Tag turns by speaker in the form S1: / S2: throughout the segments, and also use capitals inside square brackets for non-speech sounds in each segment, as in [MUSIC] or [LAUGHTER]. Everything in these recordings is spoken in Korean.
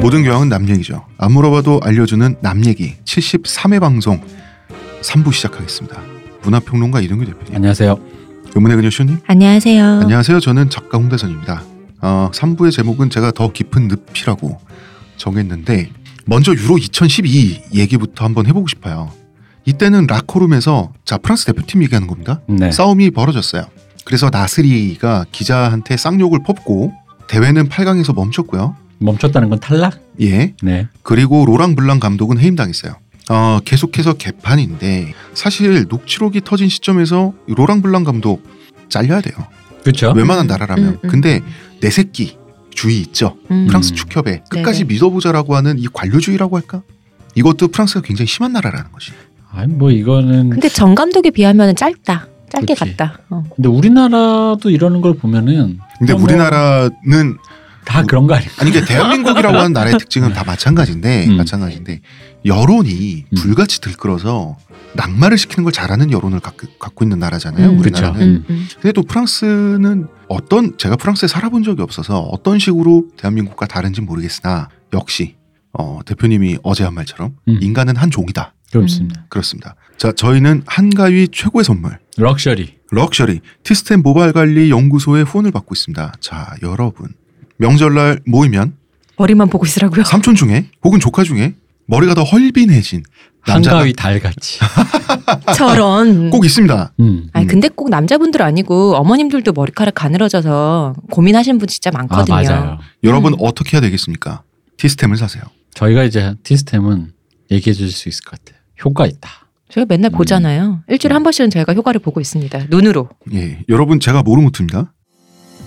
S1: 모든 교양은 남 얘기죠. 안 물어봐도 알려주는 남 얘기 73회 방송 3부 시작하겠습니다. 문화평론가 이동규 대표님,
S2: 안녕하세요. 어.
S1: 요문의 그녀 쇼님.
S3: 안녕하세요.
S1: 안녕하세요. 저는 작가 홍대선입니다. 어, 3부의 제목은 제가 더 깊은 늪이라고 정했는데 먼저 유로 2012 얘기부터 한번 해보고 싶어요. 이때는 라코룸에서 자 프랑스 대표팀 얘기하는 겁니다.
S2: 네.
S1: 싸움이 벌어졌어요. 그래서 나스리가 기자한테 쌍욕을 퍼붓고 대회는 8강에서 멈췄고요.
S2: 멈췄다는 건 탈락?
S1: 예.
S2: 네.
S1: 그리고 로랑 블랑 감독은 해임당했어요. 어, 계속해서 개판인데 사실 녹취록이 터진 시점에서 이 로랑 블랑 감독 잘려야 돼요.
S2: 그렇죠.
S1: 웬만한
S3: 음,
S1: 나라라면.
S3: 음, 음.
S1: 근데 내 새끼 주의 있죠.
S3: 음.
S1: 프랑스 축협에 끝까지
S3: 네네.
S1: 믿어보자라고 하는 이 관료주의라고 할까? 이것도 프랑스가 굉장히 심한 나라라는 거지.
S2: 아니 뭐 이거는 근데,
S3: 근데 정 감독에 비하면 짧다. 짧게
S2: 그치.
S3: 갔다. 어.
S2: 우리나라도 이러는 걸 보면은
S1: 근데
S2: 뭐
S1: 우리나라는
S2: 다 그런 거 아니야?
S1: 아니 이게 대한민국이라고 하는 나라의 특징은 다 마찬가지인데
S2: 음.
S1: 마찬가지인데 여론이
S2: 음.
S1: 불같이 들끓어서 낙마를 시키는 걸 잘하는 여론을 갖, 갖고 있는 나라잖아요.
S3: 음,
S1: 우리나라는.
S2: 그쵸.
S3: 음, 음.
S1: 근데 또 프랑스는 어떤 제가 프랑스에 살아본 적이 없어서 어떤 식으로 대한민국과 다른지 모르겠으나 역시 어, 대표님이 어제 한 말처럼
S2: 음.
S1: 인간은 한 종이다.
S2: 그렇습니다.
S3: 음.
S1: 그렇습니다. 자 저희는 한가위 최고의 선물
S2: 럭셔리.
S1: 럭셔리 티스템 모발 관리 연구소의 후원을 받고 있습니다. 자 여러분 명절날 모이면
S3: 머리만 보고 있으라고요.
S1: 삼촌 중에 혹은 조카 중에 머리가 더 헐빈해진 남자가
S2: 한가위 달같이.
S3: [LAUGHS]
S1: [LAUGHS]
S3: 저런.
S1: 꼭 있습니다.
S2: 음.
S3: 아니
S1: 음.
S3: 근데 꼭 남자분들 아니고 어머님들도 머리카락 가늘어져서 고민하시는 분 진짜
S2: 아
S3: 많거든요.
S2: 맞아요.
S1: 여러분
S3: 음.
S1: 어떻게 해야 되겠습니까? 티스템을 사세요.
S2: 저희가 이제 티스템은 얘기해 주실 수 있을 것 같아요. 효과 있다.
S3: 저희가 맨날
S2: 음.
S3: 보잖아요. 일주일에 한 번씩은 저희가 효과를 보고 있습니다. 눈으로.
S1: 예, 여러분 제가 모르 못합니다.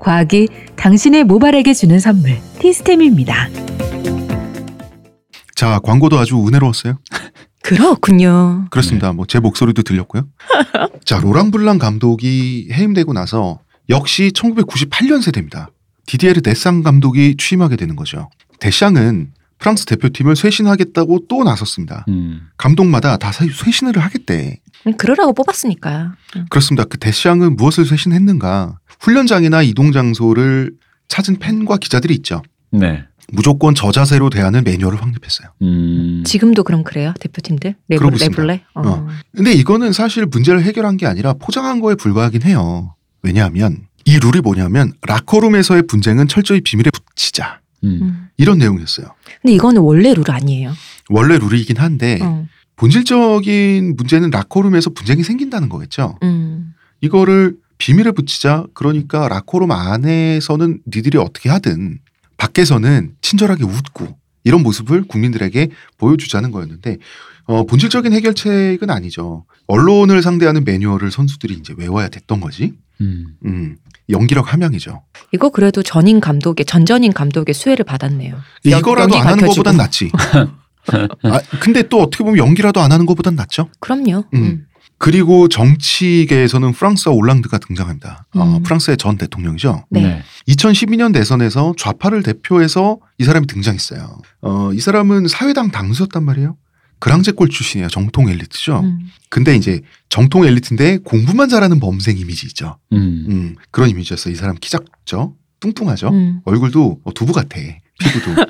S4: 과학이 당신의 모발에게 주는 선물 티스템입니다.
S1: 자 광고도 아주 은혜로웠어요.
S3: 그렇군요.
S1: 그렇습니다. 뭐 제 목소리도 들렸고요. 자 로랑블랑 감독이 해임되고 나서 역시 1998년 세대입니다. 디디에르 데상 감독이 취임하게 되는 거죠. 데샹은 프랑스 대표팀을 쇄신하겠다고 또 나섰습니다.
S2: 음.
S1: 감독마다 다 쇄- 쇄신을 하겠대.
S3: 음, 그러라고 뽑았으니까. 음.
S1: 그렇습니다. 그 데샹은 무엇을 쇄신했는가? 훈련장이나 이동 장소를 찾은 팬과 기자들이 있죠.
S2: 네.
S1: 무조건 저자세로 대하는 매뉴얼을 확립했어요.
S2: 음.
S3: 지금도 그럼 그래요 대표팀들?
S1: 그러고
S3: 레블,
S1: 있습니다.
S3: 레블레? 어.
S1: 어. 근데 이거는 사실 문제를 해결한 게 아니라 포장한 거에 불과하긴 해요. 왜냐하면 이 룰이 뭐냐면 라커룸에서의 분쟁은 철저히 비밀에 붙이자
S2: 음.
S3: 음.
S1: 이런 내용이었어요.
S3: 근데 이거는 원래 룰 아니에요.
S1: 원래 룰이긴 한데
S3: 어.
S1: 본질적인 문제는 라커룸에서 분쟁이 생긴다는 거겠죠.
S3: 음.
S1: 이거를 비밀에 붙이자. 그러니까 라코룸 안에서는 니들이 어떻게 하든 밖에서는 친절하게 웃고 이런 모습을 국민들에게 보여주자는 거였는데 어, 본질적인 해결책은 아니죠. 언론을 상대하는 매뉴얼을 선수들이 이제 외워야 됐던 거지.
S2: 음.
S1: 음, 연기력 함양이죠.
S3: 이거 그래도 전인 감독의 전전인 감독의 수혜를 받았네요. 연-
S1: 이거라도
S3: 연기
S1: 안 하는
S3: 밝혀지고.
S1: 것보단 낫지. 아, 근데 또 어떻게 보면 연기라도 안 하는 것보단 낫죠.
S3: 그럼요.
S1: 음.
S3: 음.
S1: 그리고 정치계에서는 프랑스와 올랑드가 등장합니다. 어,
S3: 음.
S1: 프랑스의 전 대통령이죠.
S3: 네.
S1: 2012년 대선에서 좌파를 대표해서 이 사람이 등장했어요. 어, 이 사람은 사회당 당수였단 말이에요. 그랑제꼴 출신이에요. 정통 엘리트죠.
S3: 음.
S1: 근데 이제 정통 엘리트인데 공부만 잘하는 범생 이미지 있죠.
S2: 음.
S1: 음, 그런 이미지였어. 이 사람 키 작죠. 뚱뚱하죠.
S3: 음.
S1: 얼굴도 어, 두부 같아.
S3: [LAUGHS]
S1: 피부도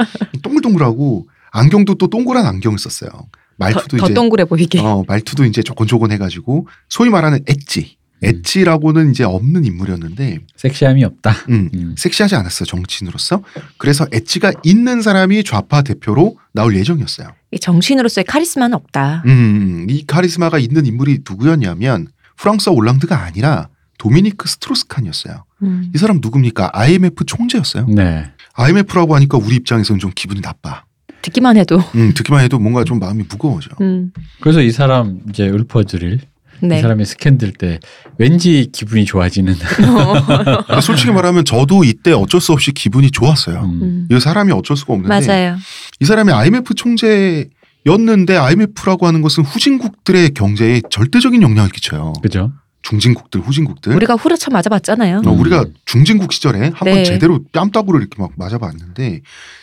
S1: 동글동글하고 안경도 또 동그란 안경을 썼어요.
S3: 더,
S1: 말투도
S3: 더
S1: 이제
S3: 동그래 보이게.
S1: 어, 말투도 이제 조곤조곤 해가지고 소위 말하는 엣지.
S3: 음.
S1: 엣지라고는 이제 없는 인물이었는데
S2: 섹시함이 없다.
S1: 음,
S2: 음.
S1: 섹시하지 않았어요 정치인으로서 그래서 엣지가 있는 사람이 좌파 대표로 나올 예정이었어요
S3: 이 [LAUGHS] 정신으로서의 카리스마는 없다.
S1: 음, 이 카리스마가 있는 인물이 누구였냐면 프랑스와 올랑드가 아니라 도미니크 스트로스칸이었어요
S3: 음.
S1: 이 사람 누굽니까 IMF 총재였어요
S2: 네.
S1: IMF라고 하니까 우리 입장에서는 좀 기분이 나빠 [LAUGHS]
S3: 듣기만 해도.
S1: 음, 듣기만 해도 뭔가 좀 마음이 무거워져
S3: 음. 네.
S2: 그래서 이 사람 이제 읊어드릴 이 사람이 스캔들 때 왠지 기분이 좋아지는. [LAUGHS]
S1: 근데 솔직히 말하면 저도 이때 어쩔 수 없이 기분이 좋았어요.
S2: 음.
S3: 음,
S1: 이 사람이 어쩔 수가 없는데
S3: 맞아요.
S1: 이 사람이 IMF 총재였는데 IMF라고 하는 것은 후진국들의 경제에 절대적인 영향을 끼쳐요.
S2: 그죠?
S1: 중진국들, 후진국들.
S3: 우리가 후려쳐 맞아봤잖아요.
S1: 어,
S2: 음.
S1: 우리가 중진국 시절에 한 번
S3: 네.
S1: 제대로 뺨따구를 이렇게 막 맞아봤는데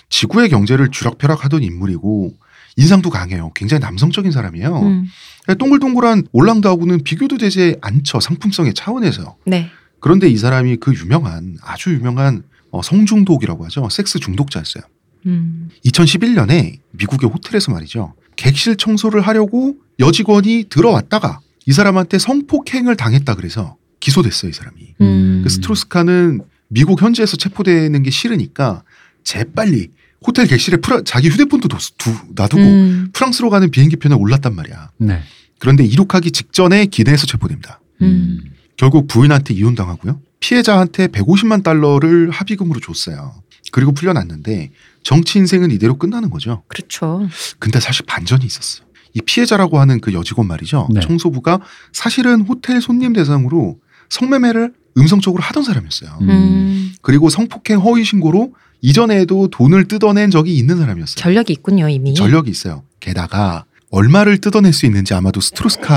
S1: 지구의 경제를 주락펴락하던 인물이고 인상도 강해요. 굉장히 남성적인 사람이에요.
S3: 음,
S1: 그러니까 동글동글한 올랑도하고는 비교도 되지 않죠. 상품성의 차원에서.
S3: 네.
S1: 그런데 이 사람이 그 유명한 아주 유명한 어, 성중독이라고 하죠. 섹스 중독자였어요.
S3: 음,
S1: 2011년에 미국의 호텔에서 말이죠. 객실 청소를 하려고 여직원이 들어왔다가 이 사람한테 성폭행을 당했다 그래서 기소됐어요, 이 사람이.
S3: 음.
S1: 그 스트로스카는 미국 현지에서 체포되는 게 싫으니까 재빨리 호텔 객실에 프라- 자기 휴대폰도 두, 두- 놔두고
S3: 음,
S1: 프랑스로 가는 비행기 편에 올랐단 말이야.
S2: 네.
S1: 그런데 이륙하기 직전에 기내에서 체포됩니다.
S3: 음.
S1: 결국 부인한테 이혼당하고요. 피해자한테 150만 달러를 합의금으로 줬어요. 그리고 풀려났는데 정치 인생은 이대로 끝나는 거죠.
S3: 그렇죠.
S1: 근데 사실 반전이 있었어. 이 피해자라고 하는 그 여직원 말이죠.
S2: 네.
S1: 청소부가 사실은 호텔 손님 대상으로 성매매를 음성적으로 하던 사람이었어요.
S2: 음.
S3: 음,
S1: 그리고 성폭행 허위 신고로 이전에도 돈을 뜯어낸 적이 있는 사람이었어요.
S3: 전력이 있군요 이미.
S1: 전력이 있어요. 게다가 얼마를 뜯어낼 수 있는지 아마도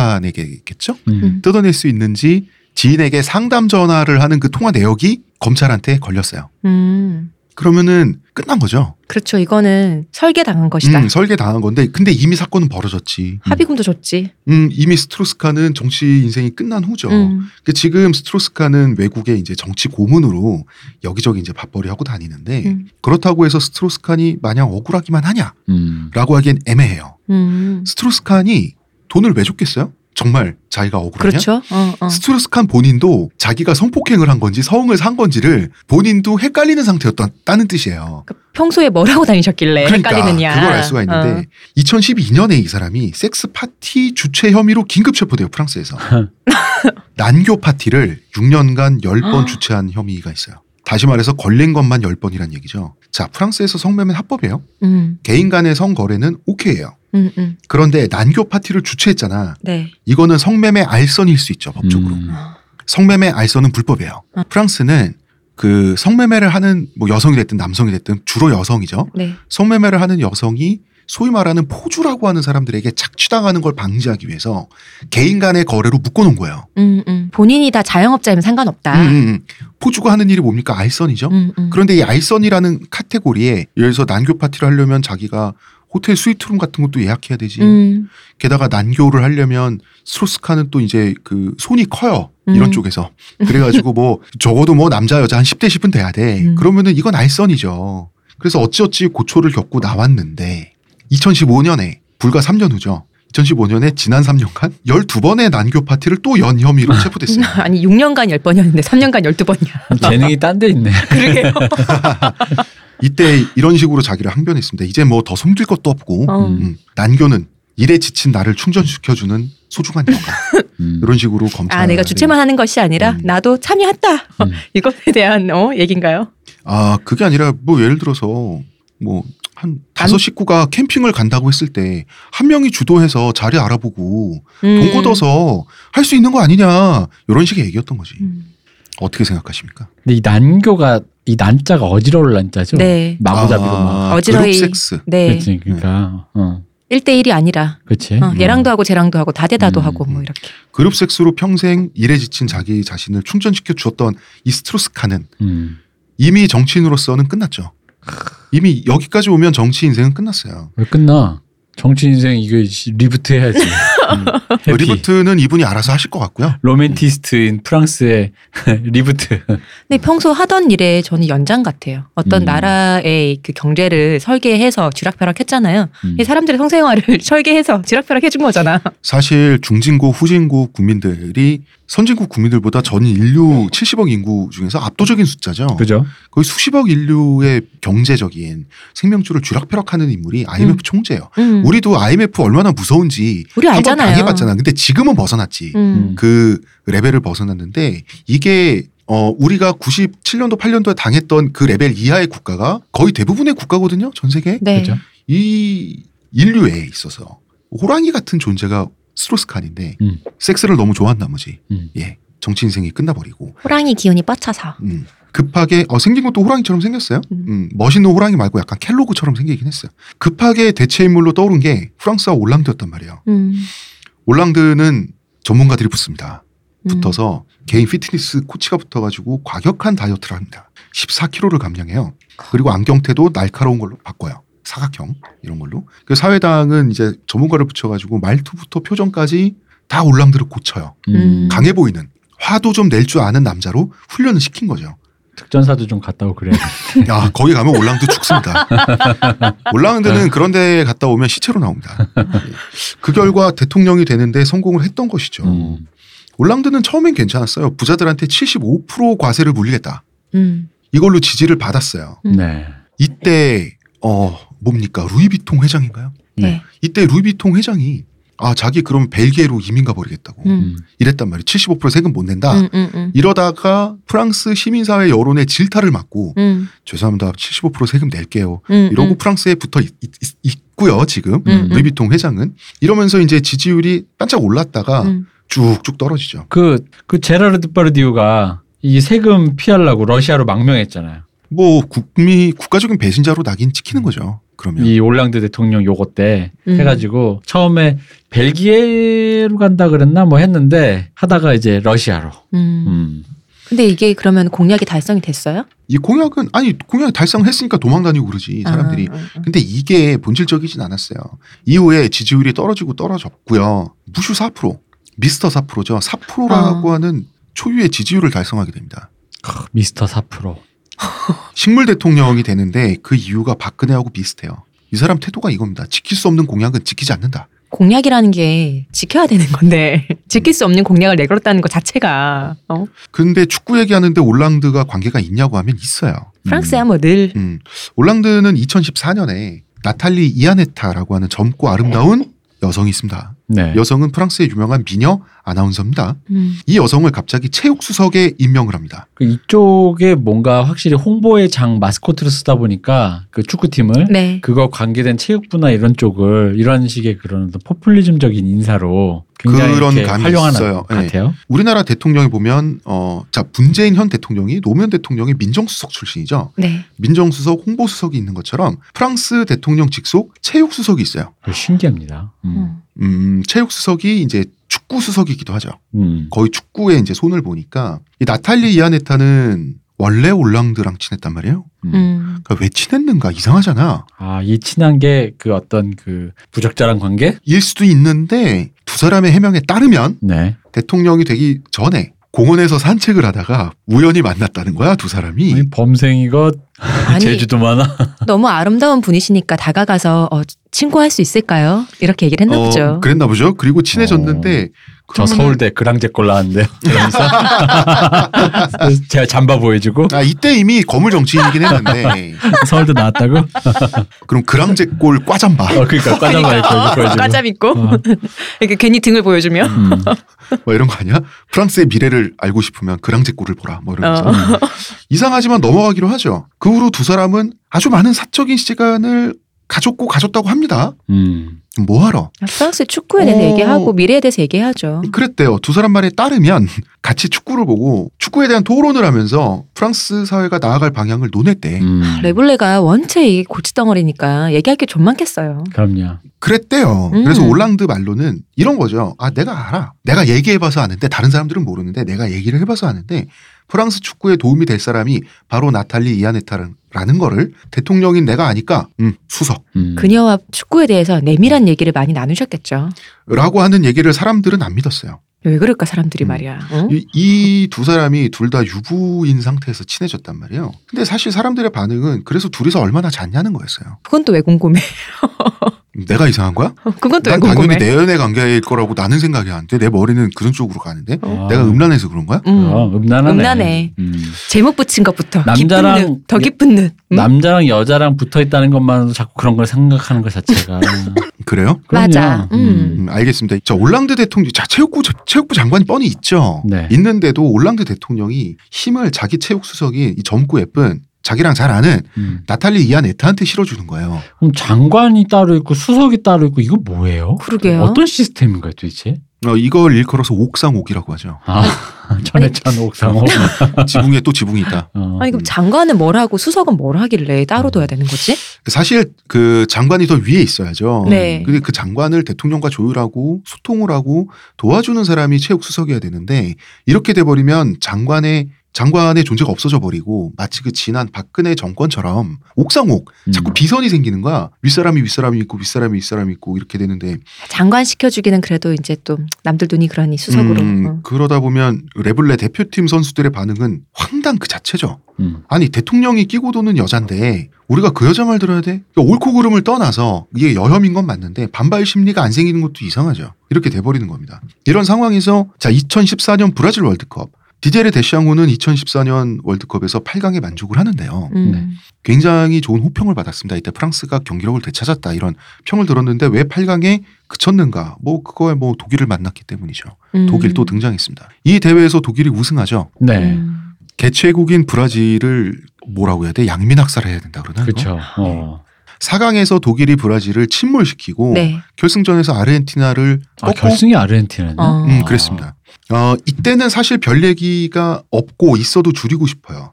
S1: 스트로스칸에게겠죠?
S2: 음.
S1: 뜯어낼 수 있는지 지인에게 상담 전화를 하는 그 통화 내역이 검찰한테 걸렸어요.
S3: 음,
S1: 그러면은 끝난 거죠.
S3: 그렇죠. 이거는 설계 당한 것이다.
S1: 음, 설계 당한 건데 근데 이미 사건은 벌어졌지.
S3: 합의금도 줬지.
S1: 음, 이미 스트로스칸은 정치 인생이 끝난 후죠.
S3: 음,
S1: 그 지금 스트로스카는 외국의 이제 정치 고문으로 여기저기 이제 밥벌이하고 다니는데
S3: 음.
S1: 그렇다고 해서 스트로스칸이 마냥 억울하기만 하냐라고
S2: 음.
S1: 하기엔 애매해요.
S3: 음.
S1: 스트로스칸이 돈을 왜 줬겠어요? 정말 자기가 억울하냐?
S3: 그렇죠. 어, 어.
S1: 스트로스칸 본인도 자기가 성폭행을 한 건지 성을 산 건지를 본인도 헷갈리는 상태였다는 뜻이에요.
S3: 그러니까 평소에 뭘 하고 다니셨길래
S1: 그러니까
S3: 네, 헷갈리느냐. 어.
S1: 그걸 알 수가 있는데 2012년에 이 사람이 섹스 파티 주최 혐의로 긴급 체포돼요 프랑스에서
S3: [LAUGHS]
S1: 난교 파티를 6년간 10번 주최한 혐의가 있어요. 다시 말해서 걸린 것만 10번이란 얘기죠. 자 프랑스에서 성매매 합법이에요.
S3: 어. 음,
S1: 개인 간의 성거래는 오케이예요.
S3: 음, 음.
S1: 그런데 난교 파티를 주최했잖아.
S3: 네.
S1: 이거는 성매매 알선일 수 있죠 법적으로.
S2: 음.
S1: 성매매 알선은 불법이에요.
S3: 어.
S1: 프랑스는 그 성매매를 하는 뭐 여성이 됐든 남성이 됐든 주로 여성이죠.
S3: 네.
S1: 성매매를 하는 여성이 소위 말하는 포주라고 하는 사람들에게 착취당하는 걸 방지하기 위해서 개인 간의 거래로 묶어놓은 거예요.
S3: 음, 음. 본인이 다 자영업자이면 상관없다.
S1: 음, 음, 음. 포주가 하는 일이 뭡니까? 알선이죠.
S3: 아. 음, 음.
S1: 그런데 이 알선이라는 카테고리에 예를 들어서 난교 파티를 하려면 자기가 호텔 스위트룸 같은 것도 예약해야 되지.
S3: 음,
S1: 게다가 난교를 하려면 스로스카는 또 이제 그 손이 커요. 이런
S3: 음.
S1: 쪽에서. 그래가지고 뭐 적어도 뭐 남자 여자 한 10대 10은 돼야 돼.
S3: 음.
S1: 그러면은 이건 알선이죠. 그래서 어찌어찌 고초를 겪고 나왔는데 2015년에 불과 3년 후죠. 2015년에 지난 3년간 12번의 난교 파티를 또 연
S3: 음.
S1: 혐의로 체포됐어요.
S3: [LAUGHS] 아니 6년간 10번이었는데 3년간 12번이야. [LAUGHS]
S2: 재능이 딴
S1: [LAUGHS]
S2: 데 있네.
S3: 그러게요.
S1: 이때 이런 식으로 자기를 항변했습니다. 이제 뭐 더 숨길 것도 없고
S3: 어.
S2: 음.
S1: 음, 난교는 일에 지친 나를 충전시켜주는 소중한 역할.
S2: 음.
S1: 이런 식으로 검찰
S3: 아, 내가 주체만 하는 것이 아니라
S1: 음.
S3: 나도 참여했다. [LAUGHS]
S2: 음.
S3: 이것에 대한 어, 얘긴가요?
S1: 아, 그게 아니라 뭐 예를 들어서 뭐 한 다섯 식구가 캠핑을 간다고 했을 때 한 명이 주도해서 자리 알아보고
S3: 음.
S1: 돈 걷어서 할 수 있는 거 아니냐 이런 식의 얘기였던 거지.
S3: 음.
S1: 어떻게 생각하십니까?
S2: 근데 이 난교가 이 난자가 어지러울 난자죠.
S3: 네.
S2: 마구잡이로
S1: 아.
S2: 막.
S3: 어지러이.
S1: 그룹 섹스.
S3: 네.
S2: 그렇지. 그러니까 어.
S3: 일 1대1이 아니라
S2: 그렇지.
S3: 어,
S1: 음.
S3: 얘랑도 하고 쟤랑도 하고 다대다도
S2: 음.
S3: 하고 뭐 이렇게.
S1: 그룹 섹스로 평생 일에 지친 자기 자신을 충전시켜 주었던 이 스트로스카는
S2: 음.
S1: 이미 정치인으로서는 끝났죠. 이미 여기까지 오면 정치 인생은 끝났어요.
S2: 왜 끝나? 정치 인생 이거 리부트 해야지. 음.
S1: [LAUGHS]
S2: 해피.
S1: 리부트는 이분이 알아서 하실 것 같고요.
S2: 로맨티스트인 프랑스의 [LAUGHS] 리부트.
S3: 근데 평소 하던 일에 저는 연장 같아요.
S2: 음.
S3: 어떤 나라의 그 경제를 설계해서 주락펴락 했잖아요. 이 사람들의 성생활을 [LAUGHS] 설계해서 주락펴락 해준 거잖아.
S1: 사실 중진국, 후진국 국민들이 선진국 국민들보다 전 인류 70억 인구 중에서 압도적인 숫자죠.
S2: 그죠?
S1: 거의 수십억 인류의 경제적인 생명줄을 주락펴락하는 인물이 IMF 총재예요.
S3: 음.
S1: 우리도 IMF 얼마나 무서운지
S3: 우리
S1: 한번
S3: 알잖아요.
S1: 당해봤잖아. 근데 지금은 벗어났지.
S3: 음.
S1: 그 레벨을 벗어났는데 이게 어 우리가 97년도 8년도에 당했던 그 레벨 이하의 국가가 거의 대부분의 국가거든요. 전 세계
S3: 네.
S2: 그죠?
S1: 이 인류에 있어서 호랑이 같은 존재가 스트로스칸인데
S2: 음.
S1: 섹스를 너무 좋아한 나머지
S2: 음.
S1: 예 정치 인생이 끝나버리고
S3: 호랑이 기운이 빠차서.
S1: 음, 급하게 어, 생긴 것도 호랑이처럼 생겼어요.
S3: 음.
S1: 음, 멋있는 호랑이 말고 약간 켈로그처럼 생기긴 했어요. 급하게 대체 인물로 떠오른 게 프랑스와 올랑드였단 말이에요.
S3: 음.
S1: 올랑드는 전문가들이 붙습니다.
S3: 음.
S1: 붙어서 개인 피트니스 코치가 붙어가지고 과격한 다이어트를 합니다. 14kg를 감량해요. 그리고 안경테도 날카로운 걸로 바꿔요. 사각형 이런 걸로. 그 사회당은 이제 전문가를 붙여가지고 말투부터 표정까지 다 올랑드를 고쳐요.
S2: 음.
S3: 음.
S1: 강해 보이는 화도 좀 낼 줄 아는 남자로 훈련을 시킨 거죠.
S2: 특전사도 좀 갔다 오고 그래야
S3: 음.
S1: 야 거기 가면 올랑드 죽습니다.
S3: 네.
S1: 올랑드는 그런데 갔다 오면 시체로
S3: [LAUGHS]
S1: 나옵니다. 예. 그 결과 대통령이 되는데 성공을 했던 것이죠.
S2: 음.
S1: 올랑드는 처음엔 괜찮았어요. 부자들한테 75% 과세를 물리겠다.
S3: 음.
S1: 이걸로 지지를 받았어요.
S3: 음.
S2: 네.
S1: 이때 어 뭡니까 루이비통 회장인가요?
S3: 네.
S1: 이때 루이비통 회장이 아 자기 그럼 벨기에로 이민 가버리겠다고
S3: 음.
S2: 음.
S1: 이랬단 말이에요. 75% 세금 못 낸다.
S3: 음. 음. 음.
S1: 이러다가 프랑스 시민사회 여론의 질타를 맞고
S3: 음.
S1: 죄송합니다. 75% 세금 낼게요.
S3: 음.
S1: 이러고 프랑스에 붙어 있, 고요 지금
S3: 음.
S1: 루이비통 회장은 이러면서 이제 지지율이 반짝 올랐다가
S3: 음.
S1: 쭉쭉 떨어지죠.
S2: 그, 그 제라르드 바르디우가 이 세금 피하려고 러시아로 망명했잖아요.
S1: 뭐 국미 국가적인 배신자로 낙인 찍히는 거죠. 그러면
S2: 이 올랑드 대통령 요거 때
S3: 음.
S2: 해가지고 처음에 벨기에로 간다 그랬나 뭐 했는데 하다가 이제 러시아로.
S3: 음.
S2: 음.
S3: 근데 이게 그러면 공약이 달성이 됐어요?
S1: 이 공약은 아니 공약 달성했으니까 도망다니고 그러지 사람들이.
S3: 아, 아, 아.
S1: 근데 이게 본질적이진 않았어요. 이후에 지지율이 떨어지고 떨어졌고요. 무슈 4% 미스터 4%죠. 4%라고 하는 초유의 지지율을 달성하게 됩니다.
S2: 크, 미스터 4%.
S1: 식물 대통령이 되는데 그 이유가 박근혜하고 비슷해요. 이 사람 태도가 이겁니다. 지킬 수 없는 공약은 지키지 않는다.
S3: 공약이라는 게 지켜야 되는 건데 [LAUGHS] 지킬 수 없는 공약을 내걸었다는 것 자체가 어?
S1: 근데 축구 얘기하는데 올랑드가 관계가 있냐고 하면 있어요.
S3: 프랑스야 뭐늘
S1: 음, 올랑드는 2014년에 나탈리 이아네타라고 하는 젊고 아름다운 여성이 있습니다.
S2: 네.
S1: 여성은 프랑스의 유명한 미녀 아나운서입니다.
S3: 음.
S1: 이 여성을 갑자기 체육수석에 임명을 합니다.
S2: 그 이쪽에 뭔가 확실히 홍보의 장 마스코트를 쓰다 보니까 그 축구팀을
S3: 네.
S2: 그거 관계된 체육부나 이런 쪽을 이런 식의 그런 어떤 포퓰리즘적인 인사로 굉장히
S1: 그런
S2: 이렇게
S1: 감이
S2: 활용하는
S1: 있어요.
S2: 것 같아요.
S1: 우리나라 대통령이 보면 어, 자 문재인 현 대통령이 노무현 대통령이 민정수석 출신이죠.
S3: 네.
S1: 민정수석, 홍보수석이 있는 것처럼 프랑스 대통령 직속 체육수석이 있어요.
S2: 그거 신기합니다. 음.
S3: 음.
S1: 음, 체육수석이 이제 축구수석이기도 하죠.
S2: 음.
S1: 거의 축구에 이제 손을 보니까 이 나탈리 이아네타는 원래 올랑드랑 친했단 말이에요.
S2: 음.
S3: 음.
S1: 그러니까 왜 친했는가 이상하잖아.
S2: 아, 이 친한 게 그 어떤 그 부적절한 관계?
S1: 일 수도 있는데 두 사람의 해명에 따르면
S2: 네.
S1: 대통령이 되기 전에 공원에서 산책을 하다가 우연히 만났다는 거야 두 사람이.
S2: 아니, 범생이가
S3: 아니
S2: 그 제주도 많아.
S3: 너무 아름다운 분이시니까 다가가서 어, 친구할 수 있을까요? 이렇게 얘기를 했나
S2: 어,
S3: 보죠.
S1: 어, 그랬나 보죠. 그리고 친해졌는데
S2: 저
S1: 그러면은-
S2: 서울대 그랑제 꼴 나왔는데요. 이러면서 [LAUGHS] 제가 잠바 보여주고
S1: 아 이때 이미 거물 정치인이긴 했는데
S2: 서울대 나왔다고?
S1: 그럼 그랑제골 꽈잠바
S2: 어, 그러니까 과자바
S3: 그러니까,
S2: 입고
S3: 어,
S2: 보여주고.
S3: 과잡 입고
S2: 어.
S3: [LAUGHS] 이렇게 괜히 등을 보여주며
S2: 음.
S1: 뭐 이런 거 아니야? 프랑스의 미래를 알고 싶으면 그랑제골을 보라 뭐 이러면서
S3: 어.
S1: 이상하지만 넘어가기로 하죠. 그 후로 두 사람은 아주 많은 사적인 시간을 가졌고 가졌다고 합니다.
S2: 음.
S1: 뭐하러?
S3: 아, 프랑스 축구에 대해서
S1: 어.
S3: 얘기하고 미래에 대해서 얘기하죠.
S1: 그랬대요. 두 사람 말에 따르면 [LAUGHS] 같이 축구를 보고 축구에 대한 토론을 하면서 프랑스 사회가 나아갈 방향을 논했대.
S2: 음.
S3: 아, 레블레가 원체 이 고치덩어리니까 얘기할 게 좀 많겠어요.
S2: 그럼요.
S1: 그랬대요.
S3: 음.
S1: 그래서 올랑드 말로는 이런 거죠. 아, 내가 알아. 내가 얘기해봐서 아는데 다른 사람들은 모르는데 내가 얘기를 해봐서 아는데 프랑스 축구에 도움이 될 사람이 바로 나탈리 이아네타라는 거를 대통령인 내가 아니까 음, 수석.
S2: 음.
S3: 그녀와 축구에 대해서 내밀한 얘기를 많이 나누셨겠죠.
S1: 라고 하는 얘기를 사람들은 안 믿었어요.
S3: 왜 그럴까 사람들이
S1: 음.
S3: 말이야. 어?
S1: 이 두 사람이 둘 다 유부인 상태에서 친해졌단 말이에요. 근데 사실 사람들의 반응은 그래서 둘이서 얼마나 잤냐는 거였어요.
S3: 그건 또 왜 궁금해? [LAUGHS]
S1: 내가 이상한 거야?
S3: 그건 또 왜
S1: 난
S3: 궁금해?
S1: 당연히 내 연애 관계일 거라고 나는 생각이 안 돼. 내 머리는 그런 쪽으로 가는데
S2: 어.
S1: 내가 음란해서 그런 거야?
S3: 음.
S2: 어, 음란하네.
S3: 음란해.
S2: 음.
S3: 제목 붙인 것부터
S2: 남자랑-
S3: 깊은 늪, 더 깊은 늪. 음?
S2: 남자랑 여자랑 붙어 있다는 것만으로 자꾸 그런 걸 생각하는 것 자체가.
S1: 그래요?
S2: 그럼요.
S3: 맞아. 음.
S1: 음, 알겠습니다. 자, 올랑드 대통령, 자, 체육부, 체육부 장관이 뻔히 있죠.
S2: 네.
S1: 있는데도 올랑드 대통령이 힘을 자기 체육수석인 이 젊고 예쁜 자기랑 잘 아는
S2: 음.
S1: 나탈리 이아네타한테 실어주는 거예요.
S2: 그럼 장관이 따로 있고 수석이 따로 있고 이거 뭐예요?
S3: 그러게요.
S2: 어떤 시스템인가요 도대체?
S1: 어, 이걸 일컬어서 옥상옥이라고 하죠.
S2: 아 [LAUGHS] 전에 찬 옥상호.
S1: 지붕에 또 지붕이 있다.
S2: 어.
S3: 아니 그럼 장관은 뭘 하고 수석은 뭘 하길래 따로 둬야 되는 거지?
S1: 사실 그 장관이 더 위에 있어야죠.
S3: 네.
S1: 근데 그 장관을 대통령과 조율하고 소통을 하고 도와주는 사람이 체육수석이어야 되는데 이렇게 돼버리면 장관의 장관의 존재가 없어져 버리고 마치 그 지난 박근혜 정권처럼 옥상옥
S2: 음.
S1: 자꾸 비선이 생기는 거야 윗사람이 윗사람이 있고 윗사람이 윗사람이 있고 이렇게 되는데
S3: 장관 시켜주기는 그래도 이제 또 남들 눈이 그러니 수석으로.
S1: 음,
S3: 어.
S1: 그러다 보면 레블레 대표팀 선수들의 반응은 황당 그 자체죠.
S2: 음.
S1: 아니 대통령이 끼고 도는 여잔데 우리가 그 여자 말 들어야 돼? 그러니까 옳고 그름을 떠나서 이게 여혐인 건 맞는데 반발 심리가 안 생기는 것도 이상하죠. 이렇게 돼버리는 겁니다. 이런 상황에서 자 2014년 브라질 월드컵 디젤의 데시앙호는 2014년 월드컵에서 8강에 만족을 하는데요.
S3: 음.
S2: 네.
S1: 굉장히 좋은 호평을 받았습니다. 이때 프랑스가 경기력을 되찾았다 이런 평을 들었는데 왜 8강에 그쳤는가? 뭐 그거에 뭐 독일을 만났기 때문이죠.
S3: 음.
S1: 독일 또 등장했습니다. 이 대회에서 독일이 우승하죠.
S2: 네.
S3: 음.
S1: 개최국인 브라질을 뭐라고 해야 돼? 양민학살을 해야 된다 그러나?
S2: 그렇죠. 어.
S1: 4강에서 독일이 브라질을 침몰시키고
S3: 네.
S1: 결승전에서 아르헨티나를
S2: 아,
S1: 꺾고
S2: 결승이 아르헨티나냐?
S3: 어.
S1: 음, 그랬습니다. 어, 이때는 사실 별 얘기가 없고 있어도 줄이고 싶어요.